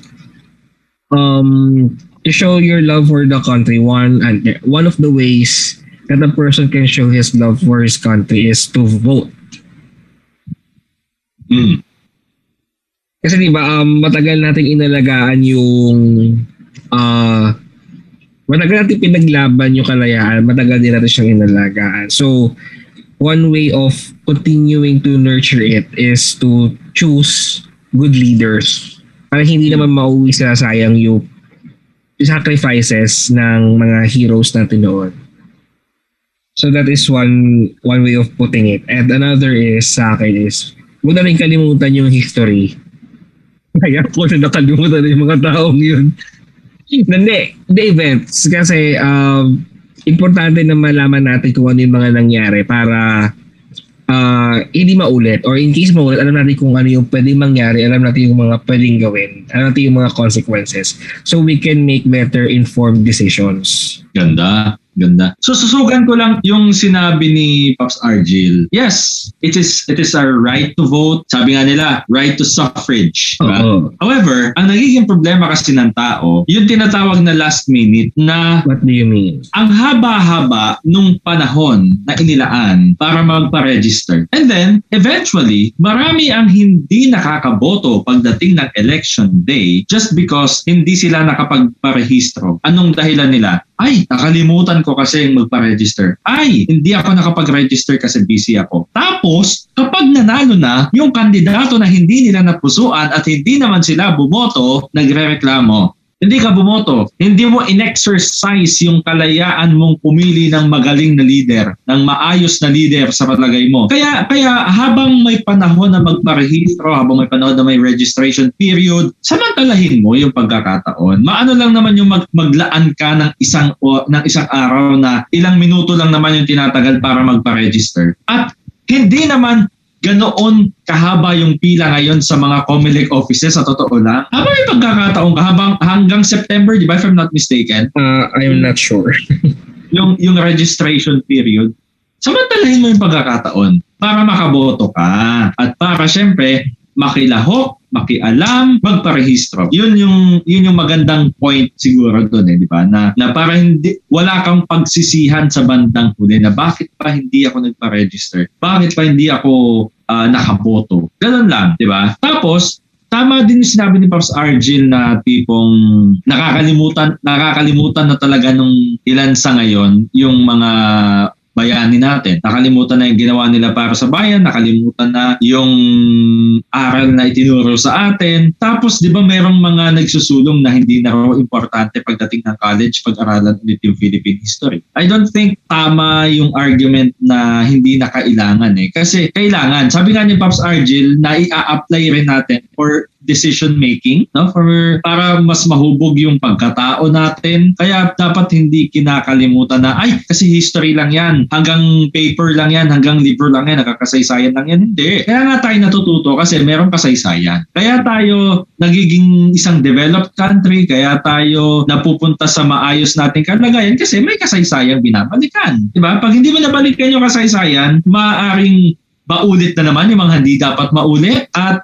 Speaker 1: um, to show your love for the country, one, and one of the ways that a person can show his love for his country is to vote.
Speaker 3: mm,
Speaker 1: Kasi di ba um, matagal nating inalagaan yung ah matagal nating pinaglaban yung kalayaan, matagal din natin siyang inalagaan. So one way of continuing to nurture it is to choose good leaders para hindi naman mauwi sa sayang yung sacrifices ng mga heroes natin noon. So that is one one way of putting it. And another is sa akin is huwag na rin kalimutan yung history kaya ko na nakalimutan na yung mga taong yun. Hindi, the events. Kasi um, importante na malaman natin kung ano yung mga nangyari para ah, hindi maulit or in case maulit, alam natin kung ano yung pwedeng mangyari, alam natin yung mga pwedeng gawin, alam natin yung mga consequences. So we can make better informed decisions.
Speaker 3: Ganda, ganda. So susugan ko lang yung sinabi ni Pops Argil. Yes, it is it is our right to vote. Sabi nga nila, right to suffrage. Diba?
Speaker 1: Oo.
Speaker 3: However, ang nagiging problema kasi ng tao, yung tinatawag na last minute na
Speaker 1: What do you mean?
Speaker 3: ang haba-haba nung panahon na inilaan para magpa-register. And then, eventually, marami ang hindi nakakaboto pagdating ng election day just because hindi sila nakapagparehistro. Anong dahilan nila? Ay, nakalimutan ko kasi yung magpa-register. Ay, hindi ako nakapag-register kasi busy ako. Tapos, kapag nanalo na, yung kandidato na hindi nila napusuan at hindi naman sila bumoto, nagre-reklamo. Hindi ka bumoto. Hindi mo in-exercise yung kalayaan mong pumili ng magaling na leader, ng maayos na leader sa palagay mo. Kaya kaya habang may panahon na magparehistro, habang may panahon na may registration period, samantalahin mo yung pagkakataon. Maano lang naman yung mag, maglaan ka ng isang o, ng isang araw na ilang minuto lang naman yung tinatagal para magpa-register. At hindi naman ganoon kahaba yung pila ngayon sa mga Comelec offices sa totoo lang. Habang may pagkakataon ka, habang, hanggang September, di ba, if I'm not mistaken,
Speaker 1: Uh, I'm not sure.
Speaker 3: yung, yung registration period, samantalahin mo yung pagkakataon para makaboto ka. At para syempre, makilahok, makialam, magparehistro. Yun yung yun yung magandang point siguro doon eh, di ba? Na, na para hindi wala kang pagsisihan sa bandang huli na bakit pa hindi ako nagpa-register? Bakit pa hindi ako ah, nakaboto? Ganun lang, di ba? Tapos tama din yung sinabi ni Pops Argil na tipong nakakalimutan nakakalimutan na talaga nung ilan sa ngayon yung mga bayani natin. Nakalimutan na yung ginawa nila para sa bayan, nakalimutan na yung aral na itinuro sa atin. Tapos, di ba merong mga nagsusulong na hindi na raw importante pagdating ng college, pag-aralan ulit yung Philippine history. I don't think tama yung argument na hindi na kailangan eh. Kasi kailangan. Sabi nga ni Pops Argil, na i-apply rin natin for decision making no for para mas mahubog yung pagkatao natin kaya dapat hindi kinakalimutan na ay kasi history lang yan hanggang paper lang yan hanggang libro lang yan nakakasaysayan lang yan hindi kaya nga tayo natututo kasi merong kasaysayan kaya tayo nagiging isang developed country kaya tayo napupunta sa maayos nating kalagayan kasi may kasaysayang binabalikan di ba pag hindi mo nabalikan yung kasaysayan maaring maulit na naman yung mga hindi dapat maulit at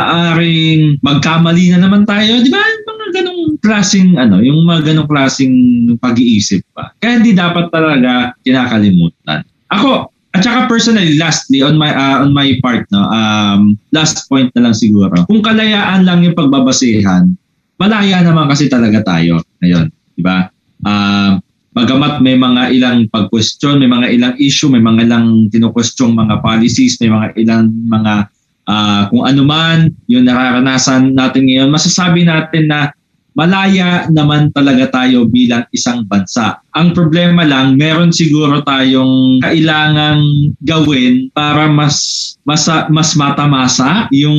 Speaker 3: maaaring magkamali na naman tayo, di ba? Mga ganong klaseng, ano, yung mga ganong klaseng pag-iisip pa. Kaya hindi dapat talaga kinakalimutan. Ako, at saka personally, lastly, on my ah, on my part, no, um, last point na lang siguro. Kung kalayaan lang yung pagbabasehan, malaya naman kasi talaga tayo ngayon, di ba? Ah, bagamat may mga ilang pag-question, may mga ilang issue, may mga ilang kinu-question mga policies, may mga ilang mga Ah, kung ano man yung nararanasan natin ngayon, masasabi natin na malaya naman talaga tayo bilang isang bansa. Ang problema lang, meron siguro tayong kailangang gawin para mas masa, mas matamasa yung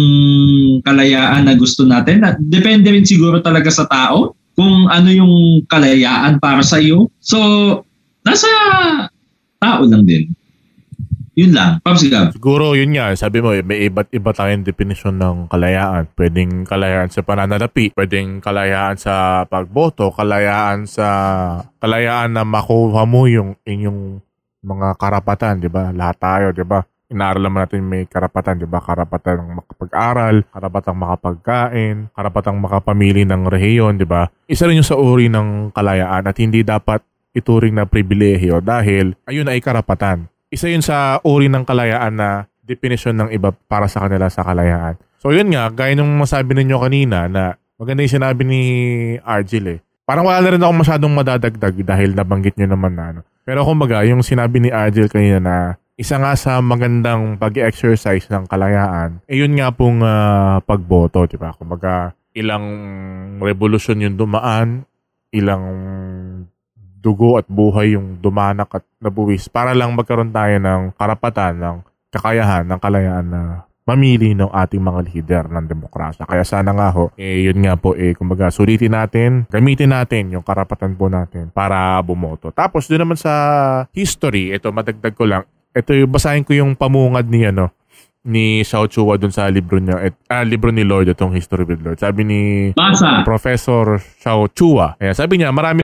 Speaker 3: kalayaan na gusto natin. Na- Depende rin siguro talaga sa tao kung ano yung kalayaan para sa iyo. So, nasa tao lang din. Yun lang. Pops Gab.
Speaker 2: Siguro yun nga, sabi mo, may iba't iba tayong definition ng kalayaan. Pwedeng kalayaan sa pananalapi, pwedeng kalayaan sa pagboto, kalayaan sa kalayaan na makuha mo yung inyong mga karapatan, 'di ba? Lahat tayo, 'di ba? Inaaral naman natin may karapatan, 'di ba? Karapatan ng makapag-aral, karapatang makapagkain, karapatang makapamili ng rehiyon, 'di ba? Isa rin yung sa uri ng kalayaan at hindi dapat ituring na pribilehiyo dahil ayun ay karapatan isa yun sa uri ng kalayaan na definition ng iba para sa kanila sa kalayaan. So yun nga, gaya nung masabi ninyo kanina na maganda yung sinabi ni Argil eh. Parang wala na rin ako masyadong madadagdag dahil nabanggit nyo naman na ano. Pero kumbaga, yung sinabi ni Argil kanina na isa nga sa magandang pag exercise ng kalayaan, eh yun nga pong ah, pagboto, di ba? Kumbaga, ilang revolusyon yung dumaan, ilang dugo at buhay yung dumanak at nabuwis para lang magkaroon tayo ng karapatan, ng kakayahan, ng kalayaan na mamili ng ating mga leader ng demokrasya. Kaya sana nga ho, eh yun nga po, eh kumbaga sulitin natin, gamitin natin yung karapatan po natin para bumoto. Tapos doon naman sa history, ito madagdag ko lang, ito yung basahin ko yung pamungad ni ano ni Shao Chua dun sa libro niya at ah, libro ni Lord itong History with Lord. Sabi ni
Speaker 3: Basa.
Speaker 2: Professor Shao Chua. Ayan, sabi niya, marami